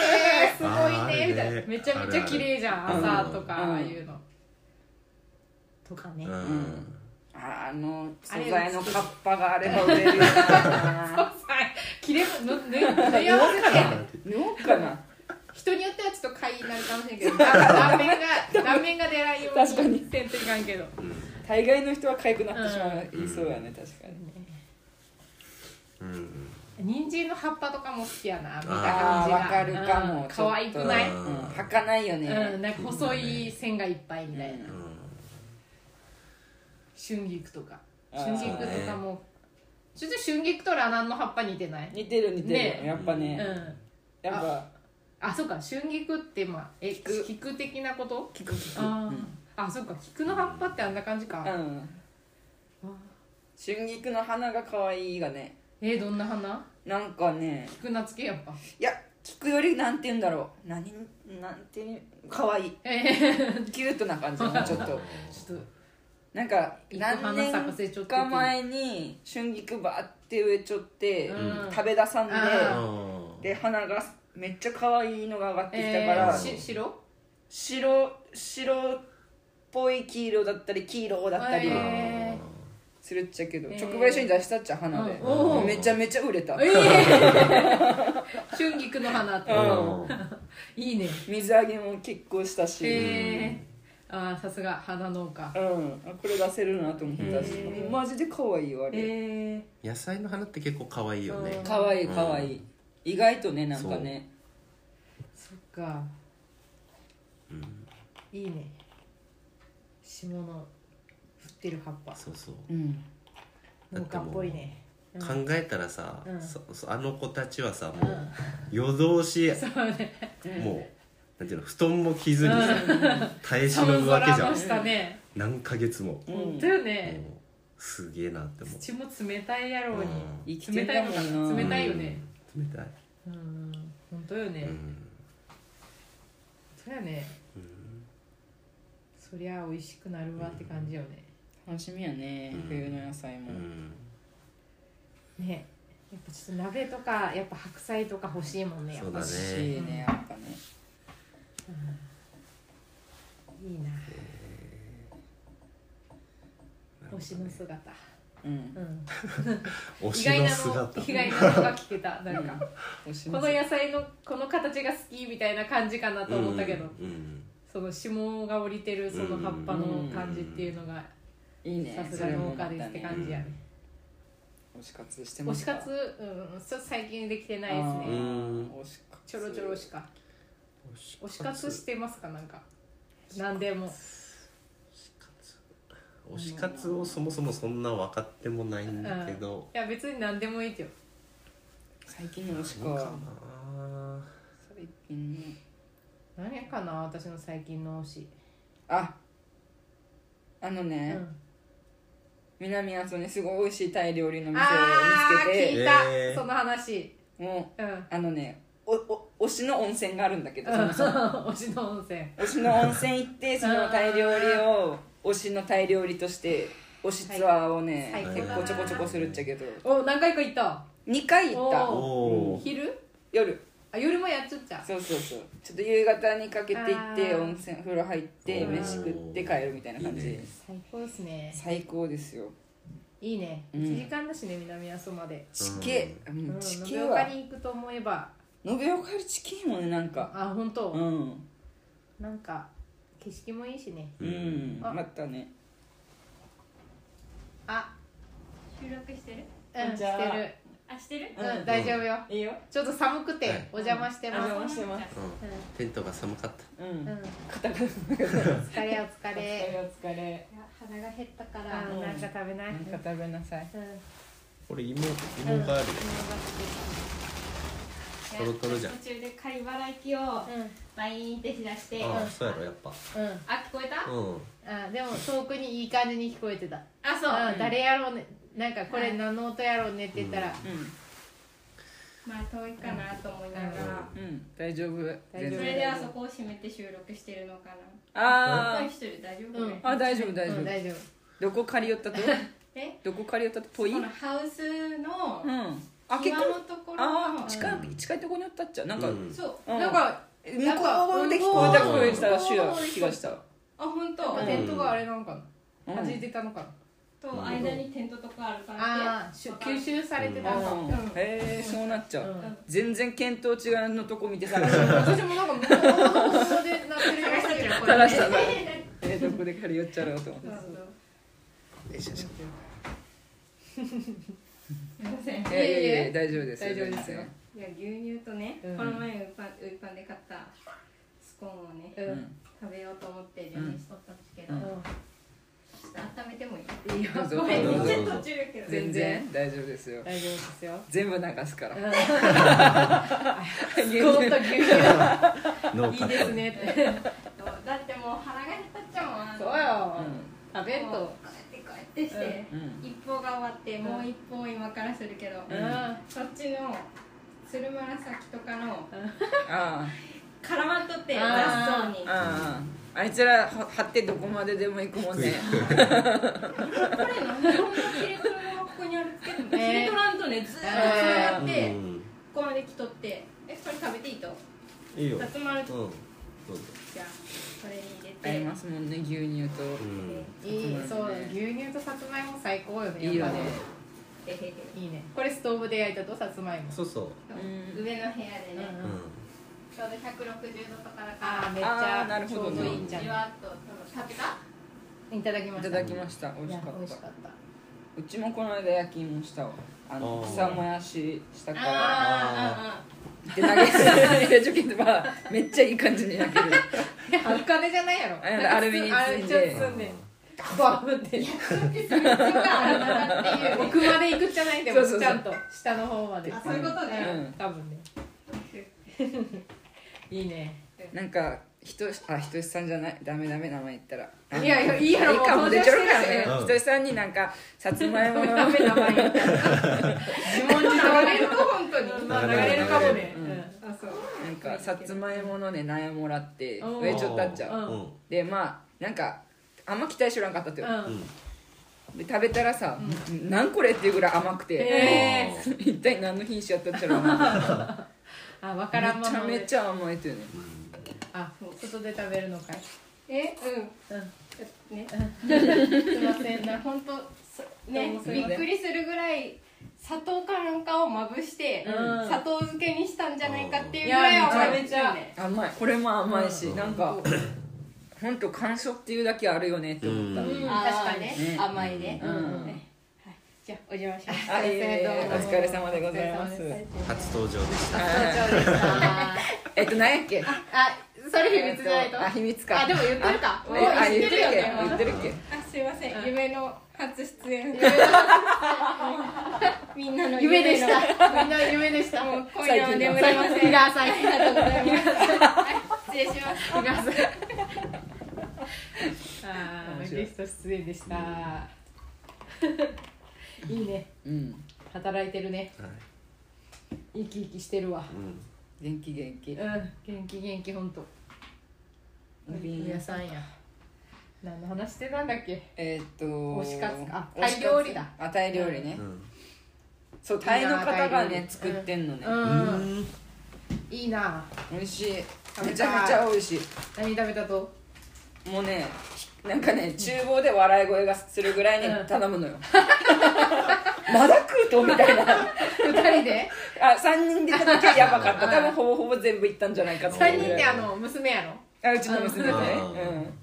Speaker 1: すごいねみた
Speaker 3: あーあ
Speaker 1: い
Speaker 3: る
Speaker 1: な
Speaker 3: ね
Speaker 1: めちゃめちゃ綺麗じゃん
Speaker 3: あるある
Speaker 1: 朝とか
Speaker 2: うん
Speaker 1: ああいうの、とかね、
Speaker 3: うん
Speaker 2: んあの
Speaker 1: あ
Speaker 2: 素
Speaker 1: れ
Speaker 2: 材のカッパがあれば売れるよ
Speaker 1: [laughs]
Speaker 2: な
Speaker 1: 切れの縫縫い合わせて
Speaker 2: 縫おうかな
Speaker 1: 人によってはちょっと買いになるかもしれんけど断面が断面が出ないように
Speaker 2: 確かに
Speaker 1: せんといかんけど
Speaker 2: 大概の人は痒くなってしまう、
Speaker 3: うん
Speaker 2: 言いそうやね確かに
Speaker 3: うん
Speaker 1: 人参の葉っぱとかも好きやな見た
Speaker 2: あ
Speaker 1: 感
Speaker 2: ー
Speaker 1: じ
Speaker 2: わか
Speaker 1: が
Speaker 2: るかも、
Speaker 1: うん可愛くない、
Speaker 3: うん
Speaker 2: 履かないよね、
Speaker 1: うん、なんか細い線がいっぱいみたいな、
Speaker 2: うん
Speaker 1: 春菊とか
Speaker 2: あー
Speaker 1: 春菊とかもちょっと春菊とラナンの葉っぱ似てない、
Speaker 2: 似てる似てる、
Speaker 1: ね
Speaker 2: やっぱ
Speaker 1: う
Speaker 2: ね、
Speaker 1: ん
Speaker 2: やっぱ
Speaker 1: あそうか春菊ってまあえ
Speaker 2: 菊
Speaker 1: 菊的なこと
Speaker 2: 聞く聞く
Speaker 1: あー、あそうか菊の葉っぱってあんな感じか、
Speaker 2: うん、うん、春菊の花が可愛いがね
Speaker 1: えーどんな花
Speaker 2: なんかね
Speaker 1: 菊名付けやっぱ
Speaker 2: いや聞くよりなんて言うんだろう何なんて言う可愛い
Speaker 1: えー、
Speaker 2: キュートな感じ
Speaker 1: [laughs]
Speaker 2: もうちょっと
Speaker 1: ちょっと
Speaker 2: なんか
Speaker 1: 一個花
Speaker 2: 何
Speaker 1: 咲かせちょっ
Speaker 2: 年
Speaker 1: と
Speaker 2: か前に春菊バーって植えちょって、
Speaker 1: うん
Speaker 2: 食べ出さんで
Speaker 1: あ
Speaker 2: で花がめっちゃ可愛いのが上がってきたか
Speaker 1: え
Speaker 2: ら、
Speaker 1: ー、し白
Speaker 2: 白白っぽい黄色だったり黄色だったり
Speaker 1: えー
Speaker 2: するっちゃけど、
Speaker 1: えー
Speaker 2: 直売所に出したっちゃ花で、
Speaker 1: うんお
Speaker 3: ー
Speaker 2: めちゃめちゃ売れた、
Speaker 1: えー [laughs] 春菊の花って、
Speaker 3: うん
Speaker 1: いいね
Speaker 2: 水揚げも結構したし、
Speaker 1: えー、あーさすが花農家
Speaker 2: うん、あこれ出せるなと思ったし、
Speaker 1: うん
Speaker 2: マジで可愛いよあれ、
Speaker 1: え
Speaker 3: 野菜の花って結構可愛いよね
Speaker 1: ー
Speaker 2: 可愛い可愛い、意外とねなんかね
Speaker 1: ー、そっか、いいね下の降ってる葉っぱ
Speaker 3: そうそう
Speaker 2: うん
Speaker 3: だ
Speaker 1: 農
Speaker 3: って
Speaker 1: 家
Speaker 3: もう
Speaker 1: っぽいね
Speaker 3: 考えたらさ、
Speaker 1: うん
Speaker 3: そそあの子たちはさ
Speaker 1: う
Speaker 3: もうん夜通し
Speaker 1: そうね
Speaker 3: もうなんていうの布団も着ずにさ耐え忍ぶわけじゃ
Speaker 1: 寒空の
Speaker 3: ん
Speaker 1: 下ね
Speaker 3: 何ヶ月も、
Speaker 2: うん
Speaker 1: 本当よね
Speaker 3: もうすげえなって思う
Speaker 1: 土も冷たいやろうに
Speaker 3: う
Speaker 2: 生きて
Speaker 1: 冷
Speaker 2: ん
Speaker 1: た
Speaker 2: だ
Speaker 1: いのか
Speaker 2: もん
Speaker 1: な
Speaker 2: な
Speaker 1: 冷たいよね
Speaker 3: うん冷たい、
Speaker 1: うん本当よね
Speaker 3: うん
Speaker 1: そうやねそりゃ美味しくなるわって感じよね
Speaker 2: 楽しみやね、
Speaker 3: うん
Speaker 2: 冬の野菜
Speaker 3: う
Speaker 2: も、
Speaker 3: ん
Speaker 1: ねやっぱちょっと鍋とかやっぱ白菜とか欲しいもんねやっ
Speaker 3: そう
Speaker 1: ぱ
Speaker 3: だ
Speaker 2: 欲しいねやっぱね
Speaker 1: いいな推しの姿
Speaker 2: うん
Speaker 1: うん
Speaker 3: 推
Speaker 1: 意
Speaker 3: し
Speaker 1: 外
Speaker 3: の
Speaker 1: なの
Speaker 3: 姿
Speaker 1: 意外なのが聞けたなんか
Speaker 2: 推し
Speaker 1: この野菜のこの形が好きみたいな感じかなと思ったけど、
Speaker 3: うんうん
Speaker 1: その霜が降りてるその葉っぱの感じっていうのが
Speaker 2: いいね
Speaker 1: さすが農家ですって
Speaker 2: じ
Speaker 1: 感じやね
Speaker 2: 推し活してま
Speaker 1: 推
Speaker 2: す
Speaker 1: し
Speaker 2: か
Speaker 1: 活、うん、ちょっと最近できてないです
Speaker 2: あ
Speaker 1: ね
Speaker 2: ー推し活
Speaker 1: ちょろちょろしか推し活してますかなんか何でも
Speaker 3: 推し活をそもそもそんな分かってもないんだけど、
Speaker 1: いや別に何でもいいってよ
Speaker 2: 最近の推し
Speaker 3: どうか
Speaker 2: か
Speaker 3: な
Speaker 2: 最近の
Speaker 1: 何やかな私の最近の推し、
Speaker 2: ああの
Speaker 1: う
Speaker 2: ね、
Speaker 1: ん、
Speaker 2: 南阿蘇にすごい美味しいタイ料理の店を
Speaker 1: あ
Speaker 2: 見つ
Speaker 1: ー
Speaker 2: け
Speaker 1: 聞
Speaker 2: て
Speaker 1: いた、
Speaker 3: えー
Speaker 1: その話
Speaker 2: も
Speaker 1: うん
Speaker 2: うあのねおお推しの温泉があるんだけど、そもそも
Speaker 1: [laughs] 推しの温泉
Speaker 2: 推しの温泉行
Speaker 1: [laughs]
Speaker 2: ってそのタイ料理を推しのタイ料理として推しツアーをね、
Speaker 1: 最高
Speaker 2: 結
Speaker 1: だ
Speaker 2: 構
Speaker 1: な
Speaker 2: ちょこちょこするっちゃけど
Speaker 1: お何回か行った
Speaker 2: 2回行った
Speaker 1: おー
Speaker 3: おー
Speaker 1: 昼
Speaker 2: 夜
Speaker 1: あ夜もやっちゃった
Speaker 2: そうそうそうちょっと夕方にかけて行って
Speaker 1: あー
Speaker 2: 温泉風呂入って
Speaker 3: うん
Speaker 2: 飯食って帰るみたいな感じ
Speaker 3: いいね
Speaker 1: 最高ですね
Speaker 2: 最高ですよ
Speaker 1: いいね、
Speaker 2: うん
Speaker 1: 1時間だしね南阿蘇まで、
Speaker 2: 地形、う、
Speaker 1: うんん、
Speaker 2: 地
Speaker 1: 延
Speaker 2: 形
Speaker 1: 岡
Speaker 2: は
Speaker 1: に行くと思えば
Speaker 2: 延岡より地形もねなんか
Speaker 1: あ本当、
Speaker 2: うん、
Speaker 1: なんか景色もいいしね
Speaker 2: うん、
Speaker 1: あ
Speaker 2: またね
Speaker 1: あ
Speaker 4: 収録してる
Speaker 2: こん
Speaker 1: うん
Speaker 2: に
Speaker 1: し
Speaker 2: ちは
Speaker 1: て
Speaker 4: あしてる
Speaker 1: るうん、大丈夫よ
Speaker 2: いいよ
Speaker 1: ちょっと寒くて
Speaker 3: はい
Speaker 1: お邪魔して
Speaker 2: お
Speaker 1: ます、
Speaker 2: 邪魔してます
Speaker 3: うんテントが寒かった
Speaker 2: うん、
Speaker 1: うんうん、
Speaker 2: 肩が [laughs]
Speaker 1: 疲れお疲れ
Speaker 2: お疲れ
Speaker 4: いや鼻が減ったか
Speaker 1: あ
Speaker 4: ら
Speaker 1: ーなんか食べない、
Speaker 2: な
Speaker 1: う
Speaker 2: んんか食べなさい
Speaker 3: これ芋芋がある、
Speaker 4: いや
Speaker 3: トロトロじゃん
Speaker 4: 途中で仮払い機を毎日手出して
Speaker 3: あ
Speaker 4: あ
Speaker 3: あそうやろやっぱ
Speaker 1: うん、うん、
Speaker 4: 聞こえた
Speaker 3: うん
Speaker 1: あでも遠くにいい感じに聞こえてた
Speaker 4: あそう
Speaker 1: あ
Speaker 4: うん
Speaker 1: 誰やろうねなんかこれ何の音やろうねって言ったら、
Speaker 2: う
Speaker 4: まあ遠いかなと思いながら
Speaker 2: ん、うん、大丈夫
Speaker 1: 大丈夫
Speaker 4: そ
Speaker 2: 全
Speaker 4: れ
Speaker 2: 然
Speaker 4: ではそこを閉めて収録してるのかな
Speaker 2: あ
Speaker 4: 一人大丈夫これ
Speaker 1: うん
Speaker 2: ーあ大丈夫大
Speaker 1: う
Speaker 2: 丈
Speaker 1: ん
Speaker 2: 夫
Speaker 1: 大丈夫
Speaker 2: どこ借り寄った
Speaker 1: [laughs]
Speaker 2: と
Speaker 4: え
Speaker 2: どこ借り寄ったと遠い
Speaker 4: このハウスの
Speaker 2: うんあ結
Speaker 4: 際
Speaker 2: 構
Speaker 4: のところ
Speaker 2: あ
Speaker 4: の
Speaker 2: ー近い近いところにおったっちゃなんか、
Speaker 3: うん
Speaker 4: そう
Speaker 2: うん
Speaker 1: なんか
Speaker 2: 向こう側で聞こえた声したらしいよ気がした
Speaker 4: あ本当
Speaker 1: なんか
Speaker 4: と
Speaker 1: ネットがあれなのかな、
Speaker 2: うん
Speaker 1: 弾いてたのかな、
Speaker 4: 間にテントとかあるから
Speaker 1: あ
Speaker 4: っ
Speaker 1: あ
Speaker 4: て
Speaker 1: しゅ吸収されてたのか、
Speaker 2: うんへえそうなっちゃう、
Speaker 1: うん
Speaker 2: 全然見当違いのとこ見て探 [laughs] した
Speaker 1: 私もなんか向こうの方向でなってるような気がする
Speaker 2: 探
Speaker 4: [laughs]
Speaker 2: したなえどこで借り寄っちゃろうと思って
Speaker 4: そうそう
Speaker 3: よいしょよいしょ
Speaker 4: すいません
Speaker 2: え
Speaker 1: いえい
Speaker 2: え
Speaker 1: え
Speaker 2: ええ大丈夫です
Speaker 1: 大丈夫ですよ
Speaker 4: いや牛乳とね、
Speaker 1: うん
Speaker 4: この前ウーパンウーパンで買ったスコーンをね、
Speaker 1: うん
Speaker 2: うん
Speaker 4: 食べようと思って準備しとったんですけど、
Speaker 2: うん
Speaker 4: ちょ
Speaker 1: う
Speaker 4: っと温めてもいい
Speaker 1: んいいよ
Speaker 2: どうぞ
Speaker 4: ごめん
Speaker 3: どうぞ
Speaker 4: ちょっと途中やけど
Speaker 2: 全然
Speaker 1: 全然
Speaker 2: 大丈夫ですよ
Speaker 1: 大丈夫ですよ
Speaker 2: 全部流すから
Speaker 1: スコーンと牛乳
Speaker 3: ノー
Speaker 1: い
Speaker 3: カ
Speaker 1: い
Speaker 3: ッ
Speaker 1: で
Speaker 3: ト
Speaker 1: すねって
Speaker 4: だってもう腹が減ったっちゃうもん
Speaker 1: そうよ、
Speaker 2: う
Speaker 1: 食べん
Speaker 4: もう
Speaker 1: と
Speaker 4: こうやってこうやってして、
Speaker 2: んうん
Speaker 4: 一方が終わってもう一方今からするけど、
Speaker 1: うん、あ
Speaker 4: そっちの鶴紫とかの
Speaker 2: あ
Speaker 4: 絡まっとって
Speaker 1: あ
Speaker 4: 雑
Speaker 1: ー
Speaker 4: 草に
Speaker 2: ああああいつらは張ってどこまででも行くもんね
Speaker 1: [laughs]
Speaker 4: これなんでこんな切れ取るのがここにあるけど、
Speaker 1: えー
Speaker 4: 切れ取らんとねずーっと繋がって、
Speaker 3: うん
Speaker 4: ここまで来とってえこれ食べていいと
Speaker 3: いいよ
Speaker 4: さつまる
Speaker 3: うんどうぞ
Speaker 4: じゃあこれに入れて
Speaker 2: ありますもんね牛乳と
Speaker 3: うん
Speaker 1: いいそう牛乳とさつまいも最高よね
Speaker 2: いいよ
Speaker 1: やっぱ
Speaker 2: ね
Speaker 1: ね
Speaker 4: へへへ
Speaker 1: いいねこれストーブで焼いたとさつまいも
Speaker 3: そうそう
Speaker 4: そう上の部屋でね、
Speaker 1: うん
Speaker 3: うん
Speaker 4: ちょうど160度とかだ
Speaker 1: あ
Speaker 4: か
Speaker 1: あめっちゃ
Speaker 2: あーなるほど
Speaker 1: ちょう
Speaker 2: ね
Speaker 1: どいいんじ
Speaker 4: ら
Speaker 1: ゃ
Speaker 4: じ
Speaker 1: な
Speaker 4: わっと食べた
Speaker 1: いいただきま
Speaker 2: い
Speaker 1: した
Speaker 2: ただきました美
Speaker 1: い
Speaker 2: 味し
Speaker 1: や
Speaker 2: か
Speaker 1: 美味
Speaker 2: っ
Speaker 1: したかった
Speaker 2: うちもこの間焼き芋したわあの
Speaker 3: あー
Speaker 2: 草もやししたから
Speaker 4: あ
Speaker 2: で投げてでちょければめっちゃいい感じに焼ける
Speaker 1: いやお金じゃないやろ
Speaker 2: あやだアルミに包んで
Speaker 1: あれちょっと包んでバーンって
Speaker 4: あうんうんそっかあなたっていう
Speaker 1: 奥まで行くじゃないんだよ
Speaker 2: そうそうそう
Speaker 1: ちゃんと下の方まで
Speaker 4: あそういうことね、
Speaker 2: うん
Speaker 1: 多分ねいいね
Speaker 2: なんかひとしあひとしさんじゃないダメダメ名前言ったらあ
Speaker 1: いやいやいいやろ
Speaker 2: いいかも出ちゃうからね
Speaker 3: うん
Speaker 2: ひとしさんになんかさつまいもの
Speaker 1: [laughs] ダメ名前言った自問自答
Speaker 4: 流れると本当に、
Speaker 1: まあ流れるかもね
Speaker 2: う
Speaker 1: うんん
Speaker 4: あそう
Speaker 2: なんかさつまいものね苗もらって
Speaker 1: おー
Speaker 2: 植えちょったっちゃう
Speaker 1: うん
Speaker 3: うん
Speaker 2: でまあなんかあんま期待しとらんかったってよ
Speaker 1: うん
Speaker 2: で食べたらさ「なんこれ?」っていうぐらい甘くて
Speaker 1: へえ
Speaker 2: [laughs] 一体何の品種やったっちゃろうな
Speaker 1: あ分
Speaker 2: め
Speaker 1: [laughs] からんま
Speaker 2: ちゃ
Speaker 1: ま
Speaker 2: めちゃ甘えてるね
Speaker 1: あ外で食べるのかい
Speaker 4: えう
Speaker 1: う
Speaker 4: ん
Speaker 1: ん
Speaker 4: ちょっとね
Speaker 1: すいませんな
Speaker 4: 本当
Speaker 2: ど
Speaker 4: ね
Speaker 2: うもすい
Speaker 4: び
Speaker 2: ません
Speaker 4: っくりするぐらい砂糖かなんかをまぶして、
Speaker 1: うん
Speaker 4: 砂糖漬けにしたんじゃないかっていうぐらい甘いですよね
Speaker 2: 甘いこれも甘いし
Speaker 3: うん
Speaker 2: なんか本当感想っていうだけあるよねって思った
Speaker 3: うん
Speaker 1: うん
Speaker 4: あー
Speaker 1: 確かに
Speaker 2: ね
Speaker 4: 甘いね、
Speaker 2: う
Speaker 1: うん
Speaker 2: ん
Speaker 4: じゃあお邪魔します
Speaker 2: あいえいえ
Speaker 1: どう
Speaker 2: お
Speaker 1: も
Speaker 2: 疲れ様でございます
Speaker 1: お疲れ様です
Speaker 3: 初登場でした
Speaker 1: あ [laughs] そうでした
Speaker 2: えっと何やっけ
Speaker 1: あそれ秘密じゃないと
Speaker 2: あ秘密か
Speaker 1: あでも言ってるか
Speaker 2: あ
Speaker 1: もう
Speaker 2: あ
Speaker 1: 言ってるよね
Speaker 2: 言ってるっけ
Speaker 4: あすいません、
Speaker 1: うん
Speaker 4: 夢の初出演 [laughs] みんなの
Speaker 1: 夢でし
Speaker 4: の
Speaker 1: たみんな夢でした
Speaker 4: もう今夜は眠れま
Speaker 1: 最
Speaker 4: せ
Speaker 1: 近
Speaker 4: ん
Speaker 1: が最近だとございます
Speaker 4: 失礼します
Speaker 1: 日が浅いあーゲスト出演でした、いいね
Speaker 2: うん
Speaker 1: 働いてるね
Speaker 3: はい
Speaker 1: 生き生きしてるわ
Speaker 3: うん
Speaker 2: 元気元
Speaker 1: う
Speaker 2: 気
Speaker 1: ん元気元気ほんとおやさんや何の話してたんだっけ
Speaker 2: えーっと
Speaker 1: 推し活かあ
Speaker 2: 推し活
Speaker 1: タイ料理だ
Speaker 2: あタイ料理ね
Speaker 3: うん
Speaker 2: そうタイの方が
Speaker 1: いい
Speaker 2: ね
Speaker 1: な
Speaker 2: 作ってんのね
Speaker 1: うん、いいな
Speaker 2: 美味しい
Speaker 1: 食
Speaker 2: め
Speaker 1: べたい
Speaker 2: ちゃめちゃ美味し
Speaker 1: 何食べた [laughs] と
Speaker 2: いもうねなんかね厨房で笑い声がするぐらいに頼むのよ [laughs] まだ食うとみたいな
Speaker 1: 二人で
Speaker 2: あ三人で食べてやばかった多分ほぼほぼ全部いったんじゃないかってい
Speaker 1: 三
Speaker 2: う
Speaker 1: 人
Speaker 2: ぐ
Speaker 1: っ
Speaker 2: らい
Speaker 1: てあの娘やろ
Speaker 2: あうちの娘とね
Speaker 3: あー
Speaker 2: うん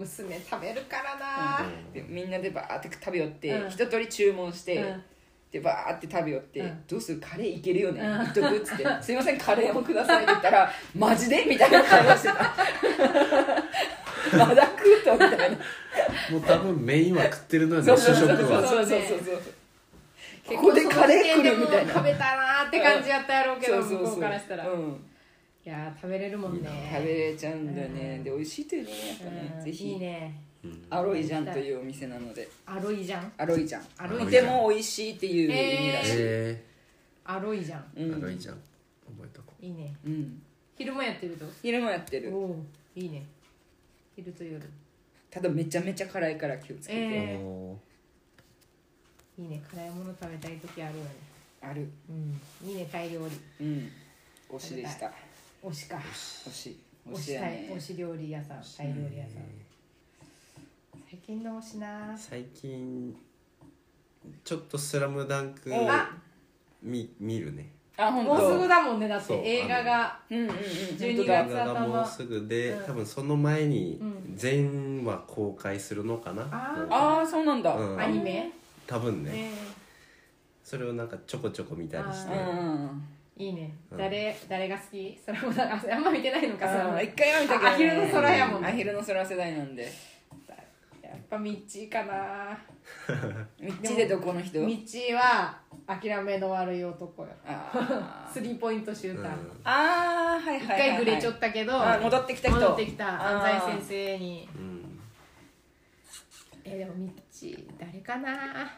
Speaker 1: 娘食べるからな、
Speaker 2: でみんなでバーって食べ寄って、
Speaker 1: うん
Speaker 2: 一通り注文して、
Speaker 1: うん
Speaker 2: でバーって食べ寄って、
Speaker 1: うん
Speaker 2: どうするカレーいけるよね、
Speaker 1: うん
Speaker 2: 言っとくっつって「すいませんカレーもください」って言ったら「マジで?」みたいな会話して
Speaker 1: [laughs]
Speaker 2: たまだ食うとみたいな
Speaker 3: もう多分メインは食ってるのよね主食は
Speaker 2: そうそうそうそうここでカレー来るみたいな
Speaker 1: 食べたなーって感じやったやろうけど、
Speaker 2: そうそう
Speaker 1: 向
Speaker 2: そう
Speaker 1: こうからしたら、い
Speaker 2: うん、
Speaker 1: やー食べれるもんね
Speaker 2: 食べれちゃうんだね、で美味しいというねやっぱね、
Speaker 1: うん
Speaker 2: ぜひ
Speaker 1: いいね
Speaker 2: アロイジャンというお店なので
Speaker 1: アロイじゃん
Speaker 2: アロイジャン
Speaker 1: アロイジ
Speaker 2: とて
Speaker 1: ャン
Speaker 2: も美味しいっていう意味らしい、
Speaker 3: へ
Speaker 1: アロイじゃん
Speaker 3: え
Speaker 2: うん
Speaker 3: 悪いじゃん覚えとこ
Speaker 1: いいね
Speaker 2: うん、
Speaker 1: 昼もやってると
Speaker 2: 昼もやってる
Speaker 1: おおいいね昼と夜
Speaker 2: ただめちゃめちゃ辛いから気をつけて、
Speaker 1: え
Speaker 3: お
Speaker 1: いいね辛いもの食べたい時あるよね
Speaker 2: ある
Speaker 1: うんいいねタイ料理
Speaker 2: うん推しでした
Speaker 1: 推しか
Speaker 2: 推し推
Speaker 1: 推
Speaker 2: し
Speaker 1: し
Speaker 2: や
Speaker 1: タイ
Speaker 2: ね
Speaker 1: 推し料理屋さんタイ料理屋さん最近の推しな
Speaker 3: ー最近ちょっと「スラムダンク
Speaker 1: あ
Speaker 3: 見見るね
Speaker 2: あ本当
Speaker 1: もうすぐだもんねだって
Speaker 3: そう
Speaker 1: 映画が
Speaker 2: うんうんうん
Speaker 1: 12
Speaker 2: 本当
Speaker 1: 月
Speaker 2: だ
Speaker 3: 映画がもうすぐで、
Speaker 1: うん
Speaker 3: 多分その前に
Speaker 1: うん
Speaker 3: 全話公開するのかな、
Speaker 1: あ
Speaker 2: ああそうなんだ、
Speaker 3: うん
Speaker 1: アニメ
Speaker 3: 多分ね、
Speaker 1: ね
Speaker 3: それをなんかちょこちょこ見たりし
Speaker 2: う
Speaker 3: て
Speaker 2: んうん
Speaker 1: いいね
Speaker 3: うん
Speaker 1: 誰誰が好きそれもだああんま見てないのかそれ
Speaker 2: あ
Speaker 1: も
Speaker 2: ー
Speaker 1: や
Speaker 2: 一回は見たけど、ね、
Speaker 1: アヒルの空やもんね
Speaker 2: アヒルの空世代なんで
Speaker 1: っぱミッチーかな
Speaker 2: ミッチでどこの人
Speaker 1: ミッチーは諦めの悪い男よ
Speaker 2: あ
Speaker 1: ス
Speaker 2: ー
Speaker 1: リーポイントシューター、
Speaker 3: うん
Speaker 2: あーはい
Speaker 1: 一
Speaker 2: はいはい、はい、
Speaker 1: 回ぐれちょったけど、
Speaker 2: あ戻ってきた人
Speaker 1: 戻ってきた
Speaker 2: あー
Speaker 1: 安西先生に
Speaker 3: うん
Speaker 1: えでもミッチー誰かな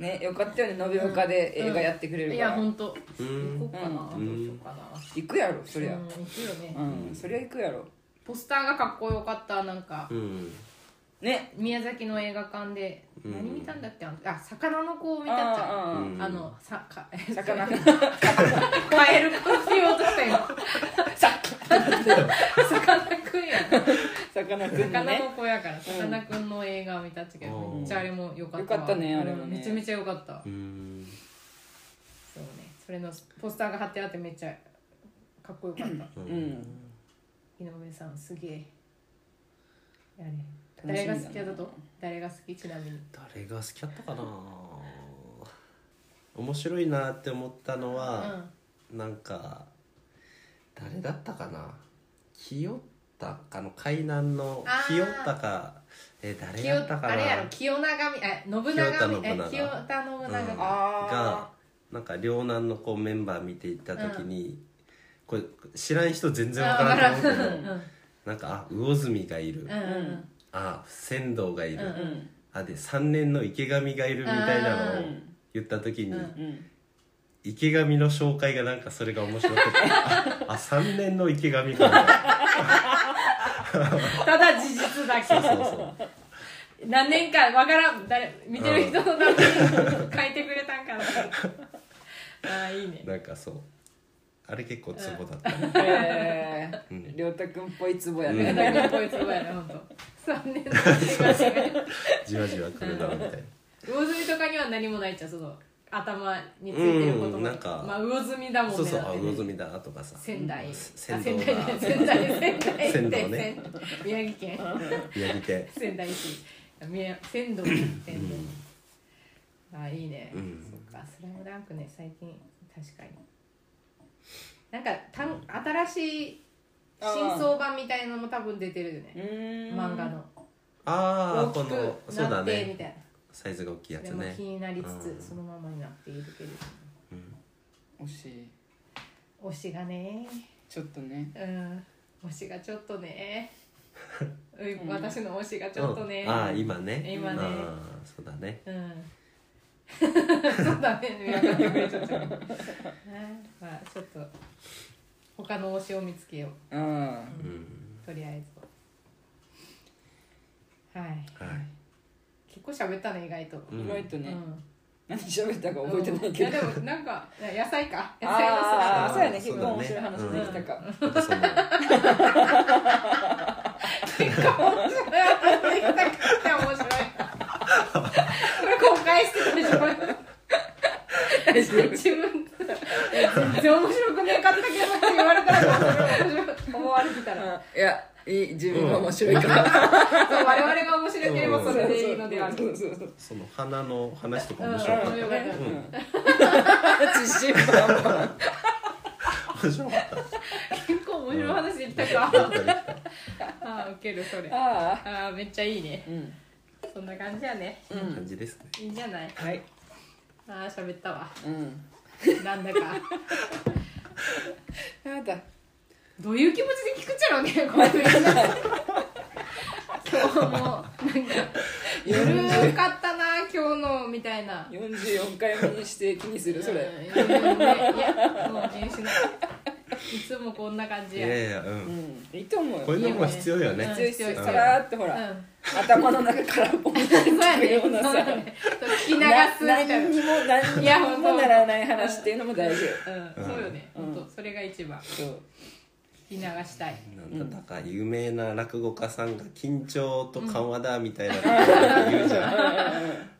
Speaker 2: ねよかったよね延岡で映画やってくれ
Speaker 1: い
Speaker 2: るか
Speaker 1: や
Speaker 2: ら、
Speaker 1: ほんと
Speaker 3: う
Speaker 1: 行こ
Speaker 3: ん
Speaker 1: うかな、
Speaker 3: うん
Speaker 1: どうしようかな
Speaker 2: 行くやろそりゃ
Speaker 1: うん、行くよね
Speaker 2: うん、そりゃ行くやろ
Speaker 1: ポスターがかっこよかったなんか、
Speaker 3: うん
Speaker 2: ね
Speaker 1: 宮崎の映画館で、
Speaker 3: うん
Speaker 1: 何見たんだっけあのあ魚の子を見たっちゃ
Speaker 2: あー
Speaker 1: う
Speaker 3: うん
Speaker 1: あのさか
Speaker 2: 魚
Speaker 1: [laughs] カエルくんって言おうとしたよ魚くんや
Speaker 2: 魚くんの
Speaker 1: 魚
Speaker 2: ね
Speaker 1: の子やからさかなクンの映画を見たっちゃけど、
Speaker 3: うん
Speaker 1: めっちゃあれも良かったわ
Speaker 2: 良かったねあれもね
Speaker 1: うんめちゃめちゃ良かった
Speaker 3: うん
Speaker 1: そうねそれのポスターが貼ってあってめっちゃかっこよかった
Speaker 3: う
Speaker 2: うんん
Speaker 1: 井上さんすげえやれ
Speaker 2: 楽しみ
Speaker 1: 誰
Speaker 2: だな
Speaker 1: が好きやったと誰が好きちなみに
Speaker 3: 誰が好きだったかな面白いなって思ったのは、なんか誰だったかな清高の海南の
Speaker 1: あー
Speaker 3: 清高えー誰
Speaker 1: 清
Speaker 3: だったかな
Speaker 1: あれやろ清永みあ信長みえ
Speaker 3: 清
Speaker 1: 清
Speaker 3: 田
Speaker 1: 田信長
Speaker 3: うん
Speaker 1: か
Speaker 3: が
Speaker 2: あ
Speaker 3: なんか両南のこうメンバー見ていった時に、これ知らん人全然わからんと思うけど、
Speaker 1: うんうん
Speaker 3: なんかあ魚住がいる、
Speaker 1: うんうんうん
Speaker 3: あ仙道がいる、
Speaker 1: うん
Speaker 2: ーうん
Speaker 3: あで3年の池上がいるみたいなのを
Speaker 2: うん
Speaker 3: 言った時に、
Speaker 1: うん
Speaker 2: うん
Speaker 3: 池上の紹介がなんかそれが面
Speaker 1: [laughs]
Speaker 3: 白くてああ3年の池上かな
Speaker 1: ただ事実だけ
Speaker 3: そうそうそう
Speaker 1: 何年かわからん誰見てる人のために書いてくれたんかなああいいね
Speaker 3: なんかそうあれ結構ツボだったね、
Speaker 2: えー
Speaker 3: うん
Speaker 2: りょうたくんっぽいツボや
Speaker 1: いや
Speaker 2: ね、
Speaker 1: だけどこいつもやねほんと3年の違いが
Speaker 3: じわじわくるなみたいな
Speaker 1: 魚住とかには何もないっちゃうその頭についてることも、
Speaker 3: うんなんか
Speaker 1: まあ魚住だもんね
Speaker 3: そうそう
Speaker 1: だ
Speaker 3: あ
Speaker 1: ってね
Speaker 3: 魚住だとかさ
Speaker 1: 仙台あ
Speaker 3: 仙
Speaker 1: 仙
Speaker 3: 道
Speaker 1: 台
Speaker 3: だ
Speaker 1: じゃ
Speaker 3: [laughs]
Speaker 1: ない仙台仙台
Speaker 3: 仙道ね
Speaker 1: 仙宮城県
Speaker 3: やりて
Speaker 1: 仙台市宮仙道仙道あいいね、
Speaker 3: うん
Speaker 1: そっか「スラムダンクね最近確かになんかた新しい新装版みたいのも多分出てるよ
Speaker 2: う
Speaker 1: ね
Speaker 2: ーん
Speaker 1: 漫画の
Speaker 3: ああこ
Speaker 1: 大き
Speaker 3: の
Speaker 1: く
Speaker 3: そう
Speaker 1: な
Speaker 3: だ
Speaker 1: ってみ
Speaker 3: ね
Speaker 1: たいな
Speaker 3: サイズが大きいやつ
Speaker 1: でも
Speaker 3: ね
Speaker 1: 気になりつつ、
Speaker 3: うん
Speaker 1: そのままになっているけれど
Speaker 2: 推し
Speaker 1: 推しがね
Speaker 2: ちょっとね
Speaker 1: うん推しがちょっ
Speaker 3: [laughs]
Speaker 1: とねうん私の推しがちょっとね、
Speaker 3: うんああ今ね
Speaker 1: 今ね
Speaker 3: ああそうだね
Speaker 1: うんそうだね見分かってくれちゃったねまあちょっと他の推しを見つけよう
Speaker 2: うん
Speaker 3: うん
Speaker 1: とりあえずはい
Speaker 3: はい
Speaker 1: 結構喋ったね意外と、
Speaker 3: うん
Speaker 2: 意外とね、
Speaker 1: うん
Speaker 2: 何喋ったか覚えてないけど、
Speaker 1: やでもなんか野菜か野菜の
Speaker 2: あーあーそうやね
Speaker 3: そ
Speaker 2: 結
Speaker 3: う
Speaker 2: 構
Speaker 3: だね
Speaker 2: 面白い話できたか、
Speaker 3: なんかその
Speaker 1: それはできなくて面白い。これ公開してたでしょ。自分全然面白くねえかったけどって言われたら面白い思われてたら
Speaker 2: いやいい自分が面白いから、
Speaker 1: そう我々が面白ければそれでいいのでは
Speaker 2: そうそうそう
Speaker 3: その花の話とか
Speaker 1: うん
Speaker 3: 面白かっ
Speaker 1: 面白かった
Speaker 2: うん自信満
Speaker 3: た面白かっ
Speaker 1: 結構面白い話できたか
Speaker 3: たなんかできた
Speaker 1: あーウケるそれ
Speaker 2: 々
Speaker 1: あ
Speaker 2: あ
Speaker 1: ーめっちゃいいね
Speaker 2: あうん
Speaker 1: そんな感じやね
Speaker 2: うん
Speaker 3: 感じですね
Speaker 1: いいんじゃない
Speaker 2: はい
Speaker 1: あー喋ったわ
Speaker 2: うん
Speaker 1: なんだか
Speaker 2: やだ
Speaker 1: どういう気持ちで聞くっちゃろうねこう
Speaker 3: [laughs]
Speaker 1: いうの今日もなんかゆるかったな今日のみたいな。
Speaker 2: 44回目にして気にするそれ
Speaker 1: うんいやいやもう気にしない。いつもこんな感
Speaker 3: い
Speaker 1: じや、
Speaker 3: やいやう
Speaker 2: うんんいいと思うよ
Speaker 3: こういうのも必要よね
Speaker 1: うん
Speaker 2: 強い強い
Speaker 1: 強い
Speaker 2: さらーっとほ
Speaker 1: う
Speaker 2: ら、
Speaker 1: ん
Speaker 2: 頭の中からポンと
Speaker 1: そうや
Speaker 2: 聞く
Speaker 1: ね
Speaker 2: よ
Speaker 1: そうう
Speaker 2: なさ、
Speaker 1: やね聞き流すみたいな
Speaker 2: 何にも何
Speaker 1: いや
Speaker 2: に
Speaker 1: 本
Speaker 2: も
Speaker 1: 当
Speaker 2: ならない話っていうのも大事よ
Speaker 1: うん、そうよね、
Speaker 2: うん
Speaker 1: 本当それが一番
Speaker 2: そう
Speaker 1: 聞き流
Speaker 3: [laughs]
Speaker 1: したい
Speaker 3: なんだか有名な落語家さんが緊張と緩和だみたいなこと言うじゃん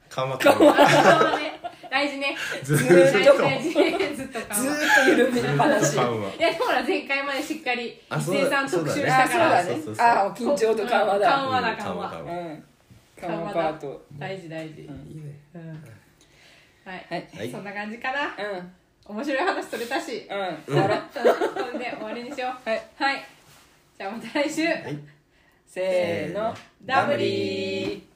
Speaker 3: 緩和緩和
Speaker 1: そうね大事ね
Speaker 3: ずー
Speaker 1: 大
Speaker 3: っ
Speaker 1: 事
Speaker 3: と
Speaker 1: 大事ずっと緩
Speaker 2: ずー
Speaker 1: 和
Speaker 2: っと緩める話
Speaker 3: ずーっと
Speaker 2: あ
Speaker 3: 緩和
Speaker 1: いやでもほら前回までしっかり
Speaker 3: あ
Speaker 1: 伊
Speaker 3: そう
Speaker 1: 勢さん
Speaker 3: そ
Speaker 1: 特
Speaker 3: う
Speaker 1: 集
Speaker 3: だね
Speaker 1: した
Speaker 2: あ
Speaker 1: か
Speaker 2: そうだ
Speaker 3: そ
Speaker 1: ら
Speaker 3: う
Speaker 2: ね
Speaker 3: そうそう
Speaker 2: ああ緊張と緩和
Speaker 1: う
Speaker 2: だ
Speaker 1: ん緩和だ
Speaker 3: うん
Speaker 1: 緩和
Speaker 2: う
Speaker 3: 緩
Speaker 2: ん
Speaker 3: 和
Speaker 2: 緩和パート
Speaker 1: 大事大事、
Speaker 3: いいね
Speaker 1: うんはい、
Speaker 2: はい
Speaker 3: はい
Speaker 1: そんな感じかな
Speaker 2: うん
Speaker 1: 面白い話それたし、
Speaker 2: うん
Speaker 1: うん、そんで終わりにしよう
Speaker 2: はい
Speaker 1: はいじゃあまた来週
Speaker 3: はい
Speaker 2: せーの
Speaker 1: ダブリー